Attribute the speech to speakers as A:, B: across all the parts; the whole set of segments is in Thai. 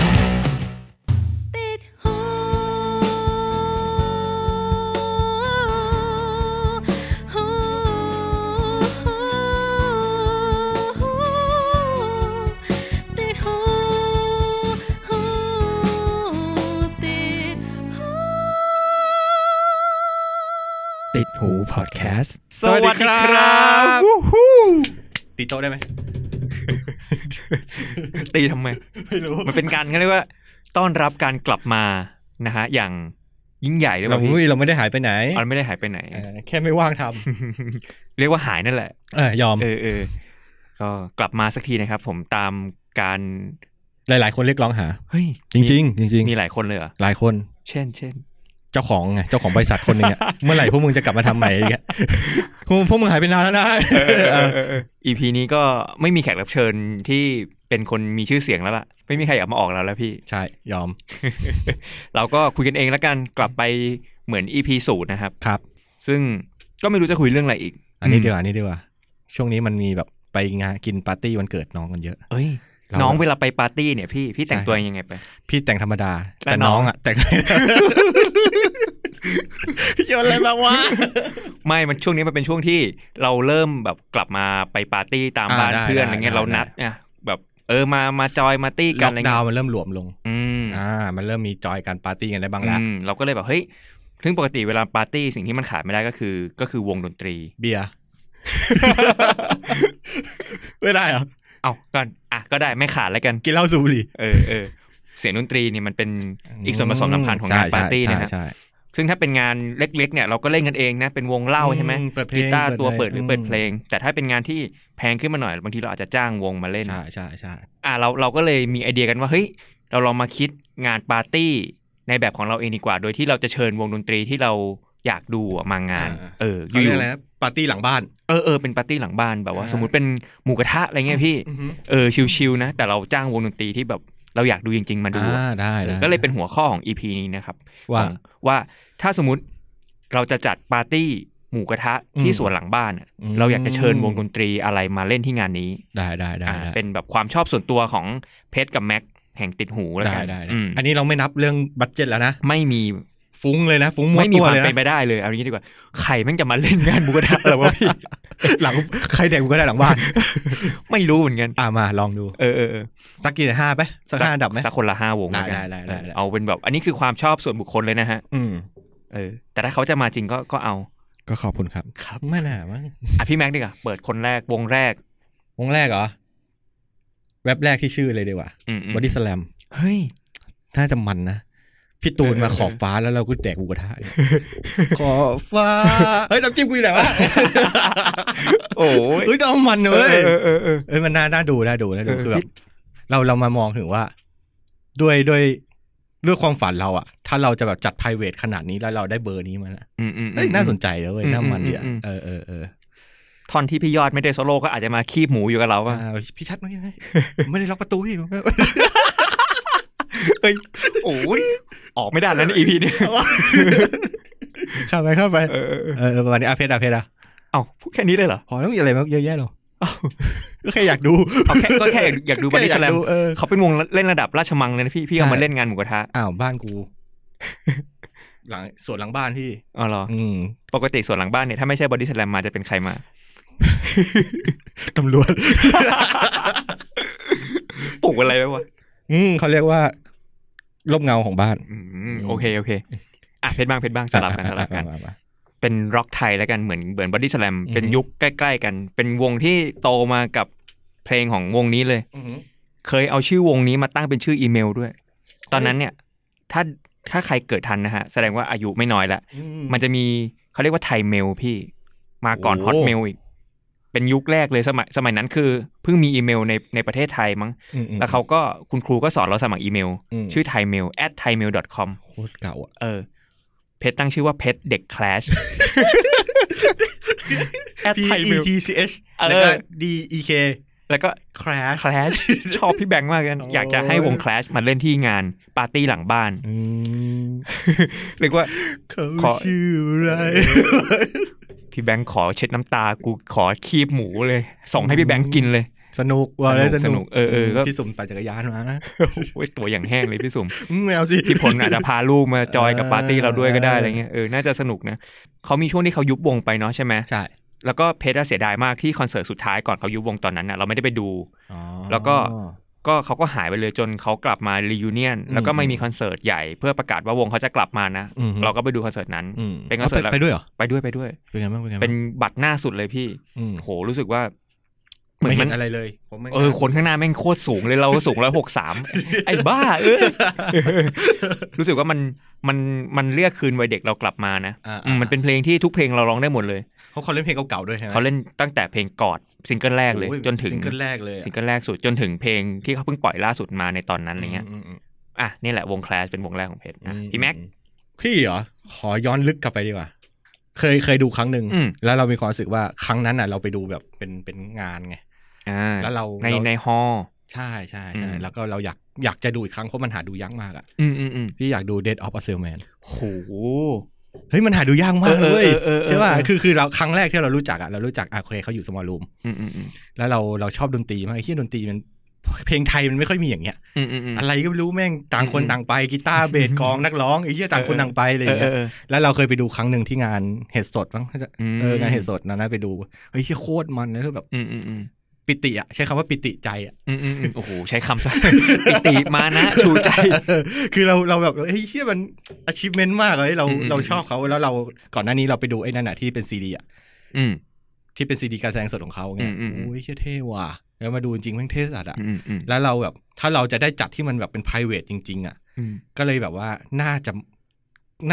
A: ติดหูหูหูติดหูหูติดหู
B: ติดหูพอดแคสต์
C: สวัสดีครับ
B: วู้ฮู้
C: ตีโต๊ะได้ไหม
D: ตีทำไม
C: ไม่รู้
D: มันเป็นการเขาเรียกว่า ต้อนรับการกลับมานะฮะ อย่างยิ่งใหญ่ด้วย
C: เรา
D: พี่
C: ไม่เราไม่ได้หายไปไหน
D: มันไม่ได้หายไปไหน
C: เออแค่ไม่ว่างท
D: เรียกว่าหายนั่นแหละ
C: ำเออยอม
D: เออเออก็กลับมาสักทีนะครับ ผมตามการ
C: หลาย ๆ คนเรียกร้องหา
D: เฮ้ย
C: จริง ๆ จริง
D: มีหลายคนเลยเหรอ
C: ๆ หลายคน
D: เช่น เช่น
C: เจ้าของไงเจ้าของบริษัทคนหนึงอะ เมื่อไหร่พวกมึงจะกลับมาทำใหม่อีก อะพวกพวกมึงหายไปนานแล้วนะ
D: EP นี้ก็ไม่มีแขกรับเชิญที่เป็นคนมีชื่อเสียงแล้วล่ะ ไม่มีใครอยากมาออกแล้วแล้วพี่
C: ใช่ยอม
D: เราก็คุยกันเองแล้วกันกลับไปเหมือน EP ศูนย์นะครับ
C: ครับ
D: ซึ่งก็ไม่รู้จะคุยเรื่องอะไรอีก
C: อันนี้
D: ม
C: ดีกว่าอันนี้ดีกว่าช่วงนี้มันมีแบบไปงานกินปาร์ตี้วันเกิดน้องกันเยอะ
D: เอ้ย
C: เรา
D: น้องเวลาไปปาร์ตี้เนี่ยพี่พี่แต่ง
C: ใช่
D: ตัวยังไงไป
C: พี่แต่งธรรมดา
D: แล้ว
C: แต่
D: น้
C: น้
D: อ
C: อง งอะแต่ง โยนอะไรมาวะ
D: ไม่มันช่วงนี้มันเป็นช่วงที่เราเริ่มแบบกลับมาไปปาร์ตี้ตาม
C: อ่า
D: บ้าน
C: ได้
D: เพื่อน
C: ได้
D: อะไรเงี้ย
C: ได้
D: เรานัดอ่ะแบบเออมามาจอยมาตี้กั
C: ล็
D: น
C: อ
D: อะ
C: ก
D: ไร
C: ดา
D: เงี้
C: วย น์มันเริ่มหลวมลง
D: อืม
C: อ่า มันเริ่มมีจอยการปาร์ตี้กันได้บ้างแล้ว
D: อืมเราก็เลยแบบเฮ้ยถึงปกติเวลาปาร์ตี้สิ่งที่มันขาดไม่ได้ก็คือ ก็คือวงดนตรี
C: เบียร์ ไม่ได้เหรอ
D: เอ้าก่อนอ่ะก็ได้ไม่ขาดแล้วกัน
C: กินเหล้าสูบบุหรี่
D: เออเออเสียงดนตรีเนี่ยมันเป็นอีกส่วนผสมสำคัญของงาน
C: ใช่
D: ปาร์ตี้
C: ใช่
D: นะฮะ
C: ใช่
D: ซึ่งถ้าเป็นงานเล็กๆเนี่ยเราก็เล่นกันเองนะเป็นวงเล่าใช่ไหม
C: อืเปิดเพล
D: กี
C: ง
D: ตาร์ตัวเปิดหรือเปิด
C: ม
D: เพลง แต่ถ้าเป็นงานที่แพงขึ้นมาหน่อย บางทีเราอาจจะจ้างวงมาเล่น
C: ใช่ใช่ใช่
D: อ่ะเราเราก็เลยมีไอเดียกันว่าเฮ้ยเราลองมาคิดงานปาร์ตี้ในแบบของเราเองดีกว่า โดยที่เราจะเชิญวงดนตรีที่เราอยากดูอะมางาน เอออ
C: เขาเรียก
D: ยู่
C: อะไรนะปาร์ตี้หลังบ้าน
D: ๆเออเออเป็นปาร์ตี้หลังบ้านแบบว่า
C: อ่า
D: สมมติเป็นหมูกระทะอะไรเงี้ยพี่เออชิลๆนะ แต่เราจ้างวงดนตรีที่แบบเราอยากดูจริง ๆ มาดูอะ
C: อ่าได้
D: เออ
C: ได้
D: ก็เลยเป็นหัวข้อของ EP นี้นะครับ
C: ว่า
D: ของว่าถ้าสมมติเราจะจัดปาร์ตี้หมู่กระทะที่
C: อืม
D: สวนหลังบ้านอะ
C: อืม
D: เราอยากจะเชิญวงดนตรีอะไรมาเล่นที่งานนี้
C: ได้ได้ได้
D: อ่า
C: ได้
D: เป็นแบบความชอบส่วนตัวของเพชรกับแม็กแห่งติดหูแล้ว
C: ได้
D: กัน
C: ได้ได้
D: อืม
C: อันนี้เราไม่นับเรื่องบัตเจ็ตแล้วนะ
D: ไม่มี
C: ฟุ้งเลยนะ ฟุ้งมั่ว
D: ไม่มี
C: ตัว
D: ความ
C: เลย
D: เป็นไป
C: นะ
D: ได้เลยเอางี้ดีกว่าใครแม่งจะมาเล่นงานหมู่กระทะเราวะพี่
C: หลังใครแดกกูก็ได้หลังบ้าน
D: ไม่รู้เหมือนกัน
C: อ่ามาลองดู
D: เออเออเออ
C: สักกี่ห้าไปสักห้าอันดับไหม
D: สักคนละห้าวง
C: ได้
D: แล้วกัน
C: ได้ได้ได้
D: เอาเป็นแบบ อันนี้คือความชอบส่วนบุคคลเลยนะฮะ
C: อืม
D: เออแต่ถ้าเขาจะมาจริงก็ก็เอา
C: ก็ขอบคุณครับ ครับ ไม่น่ามั้ง
D: อ่ะพี่แม็กดีกว่าเปิดคนแรกวงแรก
C: วงแรกเหรอ แว็บแรกที่ชื่อเลยดีกว่า
D: อืมอืม
C: บอดี้สแลม
D: เฮ้ย
C: น่าจะมันนะ พี่ตูน
D: เออ
C: มา
D: เออ
C: ขอบฟ้าแล้วเราก็แดกหมูกระทะ ขอบฟ้า เฮ้ยน้ำจิ้มกูอยู่ไหนวะ
D: โอ้ย
C: เฮ้ยน้ำมันเว้ย
D: เออเออเออ
C: เอ้ยมันน่าน่าดูน่าดูน่าดู
D: เออ
C: คือแบ
D: พี่
C: บเราเรามามองถึงว่า ด้วยด้วยด้วยความฝันเราอะถ้าเราจะแบบจัด p r i v a t ขนาดนี้แล้วเราได้เบอร์นี้มานะ
D: อืมอืม
C: เอ้ย
D: อืม
C: น่าสนใจนะเว้ย
D: อืม
C: น้ำมันเดีย
D: อืมอืม
C: เออเออเออ
D: ท่อนที่พี่ยอดไม่ได้โซโล่ก็อาจจะมาคีบหมูอยู่กับเราก็
C: ว่าพี่ชัดไหม ไงไม่ได้ล็ อกประตูพี่ผมไม่ได้
D: เอ้ยโอ้ยออกไม่ได้แล้วในอีพีนี้
C: เข้าไปเข้าไป
D: เออเออเออ
C: เออเออประมาณนี้อาเพชรอาเพชรอะ
D: เอ้าพูดแค่นี้เลยเหรอ
C: พอแล้วมีอะไรมั้งเยอะแยะหรอก็แค่อยากดู
D: เอาแค่ก็แค่อยากอยากดูบอดี้สแลม
C: เออ
D: เขาเป็นวงเล่นระดับราชมังเลยนะพี่พี่เอา
C: ใช่
D: มาเล่นงานหมูกระทะ
C: อ้าวบ้านกู หลังสวนหลังบ้านพี่
D: อ๋อเหรอ
C: อืม
D: ปกติส่วนหลังบ้านเนี่ยถ้าไม่ใช่บอดี้สแลมมาจะเป็นใครมา
C: ตำรวจ
D: ปลูกอะไรไว้วะ
C: อืมเขาเรียกว่าร่มเงาของบ้าน
D: อืมโอเคโอเคอ่ะเพชรบ้างเพชรบ้างสลับกันสลับกัน
C: อ่ะอ่ะอ่ะอ่ะ
D: เป็นร็อกไทยแล้วกันเหมือนเหมือนบอดี้สแลม
C: อือฮึ
D: เป็นยุคใกล้ ๆ กัน เป็นวงที่โตมากับเพลงของวงนี้เลย
C: อืม
D: เคยเอาชื่อวงนี้มาตั้งเป็นชื่ออีเมลด้วย ตอนนั้นเนี่ย ถ้าถ้าใครเกิดทันนะฮะ แสดงว่าอายุไม่น้อยละ
C: อื
D: มันจะมีเขาเรียกว่าไทยเมลพี่ มาก่อนฮอตเมลอีก เป็นยุคแรกเลยสมัยสมัยนั้นคือเพิ่งมีอีเมลในในประเทศไทยมั้ง
C: อืมอืม
D: แล้วเขาก็คุณครูก็สอนเราสมัครอีเมล
C: อืม
D: ชื่อ thaimail at thaimail com
C: โคตรเก่าอ่ะ
D: เออ เพจตั้งชื่อว่าเพจเด็กแคล ช at
C: P E
D: thaimail
C: T C H
D: เออ
C: แล้วก็ D E K
D: แล้วก็
C: crash
D: คล ชชอบพี่แบงค์มากเลย
C: โอ้ย
D: อยากจะให้วงคลชมาเล่นที่งานปาร์ตี้หลังบ้าน
C: อืม
D: เรียกว่า
C: เขา
D: ขอ
C: ชื่ออะไร
D: พี่แบงค์ขอเช็ดน้ำตากูขอคีบหมูเลย ส่งให้พี่แบงค์กินเลย
C: สนุกว่าเลย
D: สนุกส
C: ส
D: นุ
C: นุ
D: ก
C: ก
D: เออเออก็
C: พี่สมปั่นจักรยานมานะ
D: โอ้ยตัวอย่างแห้งเลยพี่สุ่ม
C: อืมไม่เอาสิ
D: พี่ผลอาจจะพาลูกมาจอยกับปาร์ตี้เราด้วยก็ได้
C: เออ
D: อะไรเงี้ยเออน่าจะสนุกนะเขามีช่วงที่เขายุบวงไป เนาะใช่ไหม
C: ใช่
D: แล้วก็เพชรอะเสียดายมากที่คอนเสิร์ตสุดท้ายก่อนเขายุบวงตอนนั้นน่ะเราไม่ได้ไปดู
C: อ๋อ
D: แล้วก็ ก็เขาก็หายไปเลยจนเขากลับมา reunion
C: อืม
D: แล้วก็ไม่มีคอนเสิร์ตใหญ่เพื่อประกาศว่าวงเขาจะกลับมานะ
C: อืม
D: เราก็ไปดูคอนเสิร์ตนั้น
C: อืม
D: เป็นคอนเสิร์ต
C: า
D: แล้ว
C: ไปด้วยเหรอ
D: ไปด้วยไปด้วย
C: เป็นไงบ้างเป็นไงบ้าง
D: เป็นบัตรหน้าสุดเลยพี่
C: อืม
D: โหรู้สึกว่าเหมือ
C: ไม่
D: น
C: เห็
D: มัน
C: นอะไรเลยผมไม่
D: เออคนข้างหน้าแม่งโคตรสูงเลยเราสูงร้อยหก สามไอ้บ้าเออรู้สึกว่ามันมันมันเรียกคืนวัยเด็กเรากลับมานะ
C: อ่า
D: อืมมันเป็นเพลงที่ทุกเพลงเราร้องได้หมดเลย
C: เขาเขาเล่นเพลงเก่าๆด้วยใช่ไหม
D: เขาเล่นตั้งแต่เพลงกอดซิงเกิลแรกเลย
C: โอ้ย
D: จนถึง
C: ซิงเกิลแรกเลยอะ
D: ซิงเกิลแรกสุดจนถึงเพลงที่เขาเพิ่งปล่อยล่าสุดมาในตอนนั้นอะไรเงี้ย
C: ม
D: อ่ะนี่แหละวงแคลชเป็นวงแรกของเพชรอ่ะ
C: อื
D: พี่แม็ก
C: อืพี่เหรอ ขอย้อนลึกกลับไปดีกว่า เคยเคยดูครั้งหนึ่ง
D: อืม
C: แล้วเรามีความรู้สึกว่าครั้งนั้นน่ะ เราไปดูแบบเป็นเป็นงานไง
D: อ่า
C: แล้วเรา
D: ใน
C: เรา
D: ในฮอลล์
C: ใช่ใช่
D: อื
C: ใช่
D: ม
C: แล้วก็เราอยากอยากจะดูอีกครั้งเพราะมันหาดูยากมากอ่ะ
D: อืมอืมอืม
C: พี่อยากดู Dead of a Salesman
D: โห
C: เฮ้ยมันหาดูยากมาก
D: เออเออ
C: เลย
D: เออเออ
C: ใช่ป่ะ
D: เออ
C: คือคือเราครั้งแรกที่เรารู้จักอ่ะเรารู้จักอ่ะโอเคเขาอยู่สมอลรูม
D: อืมอืมอืม
C: แล้วเราเราชอบดนตรีมากไอ้ที่ดนตรีมันเพลงไทยมันไม่ค่อยมีอย่างเงี้ย
D: อืมอืมอืม
C: อะไรก็ไม่รู้แม่งต่างคน
D: อืม
C: ต่างไปกีตาร์เบสกลองนักร้องไอ้เหี้ยต่างคน
D: เออเออ
C: ต่างไปอะไรอย่างเงี้ย
D: เออ
C: แล้วเราเคยไปดูครั้งหนึ่งที่งานเห็ดสดมั้ง
D: อืม
C: เอองานเห็ดสดนะนะไปดูเฮ้ยที่โคตรมันนะคือแบบ
D: อืมอืมอืม
C: ปิติอ่ะใช้คำว่าปิติใจอ่ะ
D: อืมอืมอืมโอ้โหใช้คำซะ ปิติมานะ ชูใจ
C: คือเราเราแบบเฮ้ยเชี่ยมัน achievement มากเลยเรา
D: อืมอืม
C: เราชอบเขาแล้วเราก่อนหน้านี้เราไปดูไอ้นั่นน่ะที่เป็นซีดีอ่ะ
D: อืม
C: ที่เป็นซีดีการแสดงสดของเขาไง
D: อืมอืมอืม
C: โอ้ยเชี่ยเท่ว่ะแล้วมาดูจริงๆแม่งเท่สัสอ่ะ
D: อืมอืม
C: แล้วเราแบบถ้าเราจะได้จัดที่มันแบบเป็น private จริง ๆ อ่ะ
D: อืม
C: ก็เลยแบบว่าน่าจะ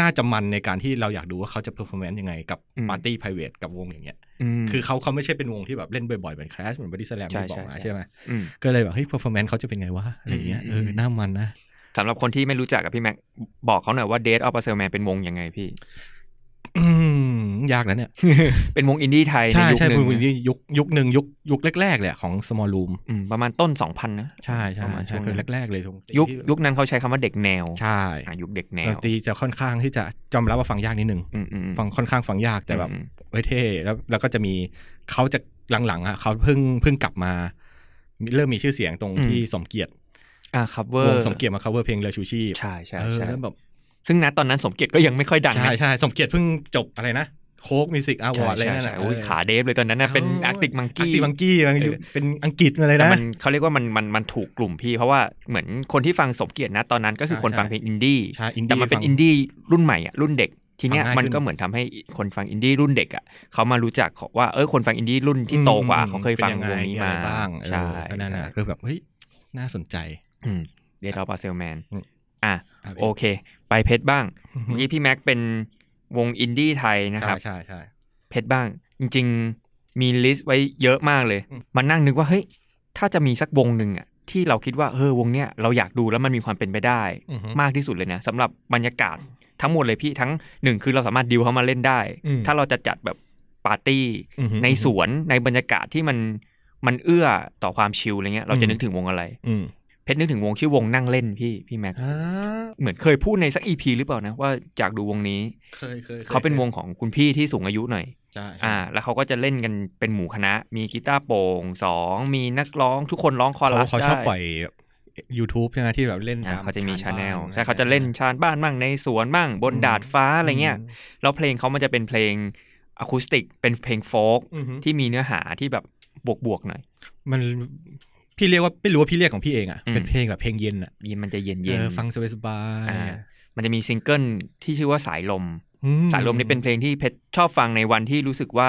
C: น่าจะมันในการที่เราอยากดูว่าเขาจะ performance ยังไงกับปาร์ตี้ private กับวงอย่างเงี้ย
D: อืม
C: คือเขาเขาไม่ใช่เป็นวงที่แบบเล่นบ่อยๆเหมือนคลาสเหมือนบอดี้สแลม
D: ใช่
C: ที่บอกมา
D: ใช่
C: ใช่ไหม
D: ม
C: ก็เลยแบบเฮ้ยเพอร์ฟอร์แมนซ์เขาจะเป็นไงวะอะไรอย่างเงี้ย
D: อืม
C: เอ
D: อื
C: อ
D: ม
C: หน้ามันนะ
D: สำหรับคนที่ไม่รู้จักกับพี่แม็กบอกเขาหน่อยว่า Date of a Salesman เป็นวงยังไงพี่
C: อืมยากนะเนี่ย
D: เป็นวงอินดี้ไทยใน
C: ใช่
D: ยุค
C: ใช่
D: หนึ่
C: เป็น
D: ง
C: วงที่ยุคยุคหนึ่งยุคยุคแรกๆเลยอะของ small room
D: อืมประมาณต้น 2000 นะ
C: ใช่ใช่
D: ประมาณช่
C: ใช่
D: วงนั้
C: เป็น นแรกๆเลยตรง
D: ยุค
C: ที่
D: ยุคนั้นเขาใช้คำว่าเด็กแนว
C: ใช่
D: อ่ะยุคเด็กแน
C: ด
D: วน
C: ตรีจะค่อนข้างที่จะจอมรับว่าฟังยากนิดนึง
D: อืมอืมอืม
C: ฟังค่อนข้างฟังยากแต่แบบ
D: อืม
C: เฮ้ยเท่แล้วแล้วก็จะมีเขาจะหลังๆอ่ะเขาเพิ่งเพิ่งกลับมา เริ่มมีชื่อเสียงตรงที่สมเกียรติ
D: อ่ะ cover
C: วงสมเกียรติมา cover เพลงเรือชูชีพ
D: ใช่ใช่
C: เออ
D: ใช่
C: แล้วแบบ
D: ซึ่งณตอนนั้นสมเกียรติก็ยังไม่ค่อยดังนะ
C: ใช่ใช่สมเกียรติเพิ่งจบอะไรนะ โค้กมิวสิกอาวอร์ดอะไรนั่น
D: ใช่ใช่
C: น่ะ
D: ใช่อุ้ยขาเดฟเลยตอนนั้นนะเป็นอาร์ติกมัง
C: อาร์
D: กี้
C: ติมังกี้มัน
D: เออ
C: เป็นอังกฤษอะไร
D: แต่
C: นะ
D: มันเขาเรียกว่ามันมันมันถูกกลุ่มพี่ เพราะว่าเหมือนคนที่ฟังสมเกียรตินะตอนนั้นก็คือ
C: ใช่
D: คนฟังเพลงอินดี้
C: ใช่ indie
D: แต่มันเป็น
C: ฟัง
D: อินดี้รุ่นใหม่อ่ะรุ่นเด็ก ทีเนี้ย
C: ฟังง่าย
D: มันก็
C: ขึ้น
D: เหมือนทำให้คนฟังอินดี้รุ่นเด็กอ่ะเขามารู้จักว่าเออคนฟังอินดี้รุ่นที่โตกว่า
C: อืม
D: เขาเคยฟัง
C: ป็
D: วงนี้
C: ไอะ
D: มา
C: ไรบ้างเออ
D: ใช่
C: ก็นั่นน่ะก็แบบเฮ้ยน่าสนใจ
D: เดทอปาเซลแมน
C: อืม
D: อ่ะ
C: รับ
D: โอเค ไปเพชรบ้าง
C: อือฮึ
D: เมื่อกี้พี่แม็กเป็นวงอินดี้ไทยนะครับ
C: ใช่ใช่ใช่
D: เพชรบ้าง จริง ๆ มีลิสต์ไว้เยอะมากเลย
C: อืม
D: มันนั่งนึกว่า เฮ้ย ถ้าจะมีสักวงหนึ่งอ่ะ ที่เราคิดว่าเออวงเนี้ยเราอยากดูแล้วมันมีความเป็นไปได้
C: อือฮึ
D: มากที่สุดเลยนะสำหรับบรรยากาศทั้งหมดเลยพี่ทั้งหนึ่งคือเราสามารถดิวเขามาเล่นได้
C: อืม
D: ถ้าเราจะจัดแบบปาร์ตี้
C: อือฮึ
D: ในสวนในบรรยากาศที่มันมันเอื้อต่อความชิลอะไรเงี้ยเราจะนึกถึงวงอะไร
C: อืม
D: เพชรนึกถึงวงชื่อวงนั่งเล่นพี่พี่แม็ก
C: อ่า
D: เหมือนเคยพูดในสักอีพีหรือเปล่านะว่าอยากดูวงนี้
C: เคยเคย
D: เขาเป็นวงของคุณพี่ที่สูงอายุหน่อย
C: ใช่
D: อ่า แล้วเขาก็จะเล่นกันเป็นหมู่คณะ มีกีตาร์โปร่งสองมีนักร้องทุกคนร้องคอ
C: เขา
D: รัส
C: เขา
D: ได้
C: ชอบปล่อย YouTube ใช่ไหมที่แบบเล่น
D: อ่า
C: ตาม
D: เขาจะมีชาแนล
C: บ้ง
D: ใช่เขาจะเล่นชานบ้านบ้างในสวนบ้างบน
C: อืม
D: ดาดฟ้าอะไรเงี้ยแล้วเพลงเขามันจะเป็นเพลงอะคูสติกเป็นเพลงโฟล์ก
C: อือฮึ
D: ที่มีเนื้อหาที่แบบบวกบวกๆหน่อย
C: มันพี่เรียกว่าไม่รู้ว่าพี่เรียกของพี่เองอ่ะ
D: อืม
C: เป็นเพลงแบบเพลงเย็นอ่ะ
D: ยินมันจะเย็น
C: เอ
D: เย็น
C: อฟังสบาย
D: อ่า
C: ๆอ่ะ
D: มันจะมีซิงเกิลที่ชื่อว่าสายลม
C: อื
D: สายลมนี่เป็นเพลงที่เพชรชอบฟังในวันที่รู้สึกว่า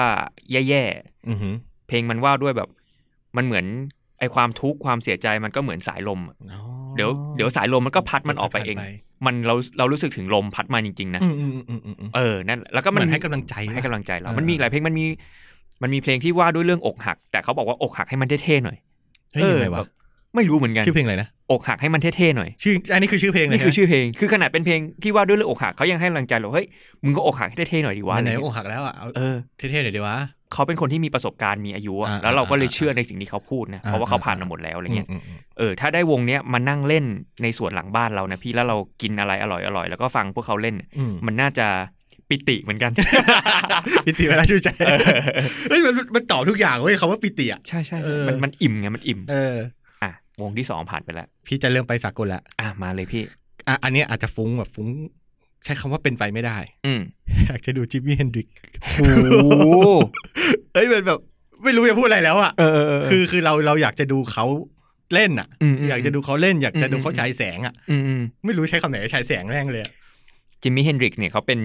D: แย่ๆ
C: อือฮึ
D: เพลงมันว่าด้วยแบบมันเหมือนไอความทุกข์ความเสียใจมันก็เหมือนสายลมอะ
C: อ๋อ
D: เดี๋ยวเดี๋ยวสายลมมันก็พัดมันออกไปเอง
C: พัด
D: มันเราเรารู้สึกถึงลมพัดมาจริงๆนะ
C: อืมอืมอืมอืมอืม
D: เออนั่นแล้วก็
C: เห
D: มั
C: มัน นให้กำลังใจ
D: ให้กำ
C: ปะ
D: ลังใจเรา
C: เออ
D: มันมีอีกหลายเพลงมันมีมันมีเพลงที่ว่าด้วยเรื่องอกหัก แต่เขาบอกว่าอกหักให้มันเท่ๆหน่อย
C: เฮ้ยยังไง
D: แบ
C: วะ
D: บไม่รู้เหมือนกัน
C: ชื่อเพลงอะไรนะ
D: อกหักให้มันเท่ๆหน่อย
C: ชื่ออันนี้คือชื่อเพลงเลย
D: นี่คือชื่อเพลงคือขนาดเป็นเพลงที่ว่าด้วยเรื่องอกหักเขายังให้กำลังใจเราเฮ้ยมึงก็อกหักให้เท่ๆหน่อยดีวะ
C: วะ
D: อะ
C: ไห
D: ไร
C: น
D: เงี้
C: ๆ
D: ย
C: อกหักแล้วอ่ะเอา
D: เออ
C: เท่ๆหน่อยดีวะ
D: เขาเป็นคนที่มีประสบการณ์มีอายุอะ
C: อ่า
D: แล้วเราก็เลย
C: อ่า
D: เชื่อในสิ่งที่เขาพูดนะ
C: อ่า
D: เพราะว่าเขาผ่านมาหมดแล้วอะไรเงี้ย
C: อืมอืมอืม
D: เออถ้าได้วงเนี้ยมานั่งเล่นในสวนหลังบ้านเรานะพี่แล้วเรากินอะไรอร่อยอร่อยๆแล้วก็ฟังพวกเขาเล่น
C: อืม
D: มันน่าจะปิติเหมือนกัน
C: ปิติเวลาชื่อใจเฮ้ยมันมันตอบทุกอย่างเว้ยคำว่าปิติอ่ะ
D: ใช่ใช่
C: เออ
D: มันมันอิ่มไงมันอิ่ม
C: เออ
D: อ่ะวงที่สองผ่านไปแล้ว
C: พี่จะเริ่มไปสากลละ
D: อ่ะมาเลยพี่
C: อ่ะอันเนี้ยอาจจะฟุ้งแบบฟุ้ง ใช้คำว่าเป็นไปไม่ได้
D: อืม
C: อยากจะดูจิมมี่เฮนดริก
D: โอ้
C: เอ้ยมันแบบ ไม่รู้จะพูดอะไรแล้วอ่ะ
D: เออเออ
C: คือคือเราเราอยากจะดูเขาเล่นอ่ะ
D: อืมอืม
C: อยากจะดูเขาเล่น อยากจะดูเขา
D: อืม
C: ฉายแสงอ่ะ
D: มอืม
C: ไม่รู้ใช้คำไหนฉายแสงแม่งเลยอะ
D: จิมมี่เฮนดริกเนี่ยเขาเป็น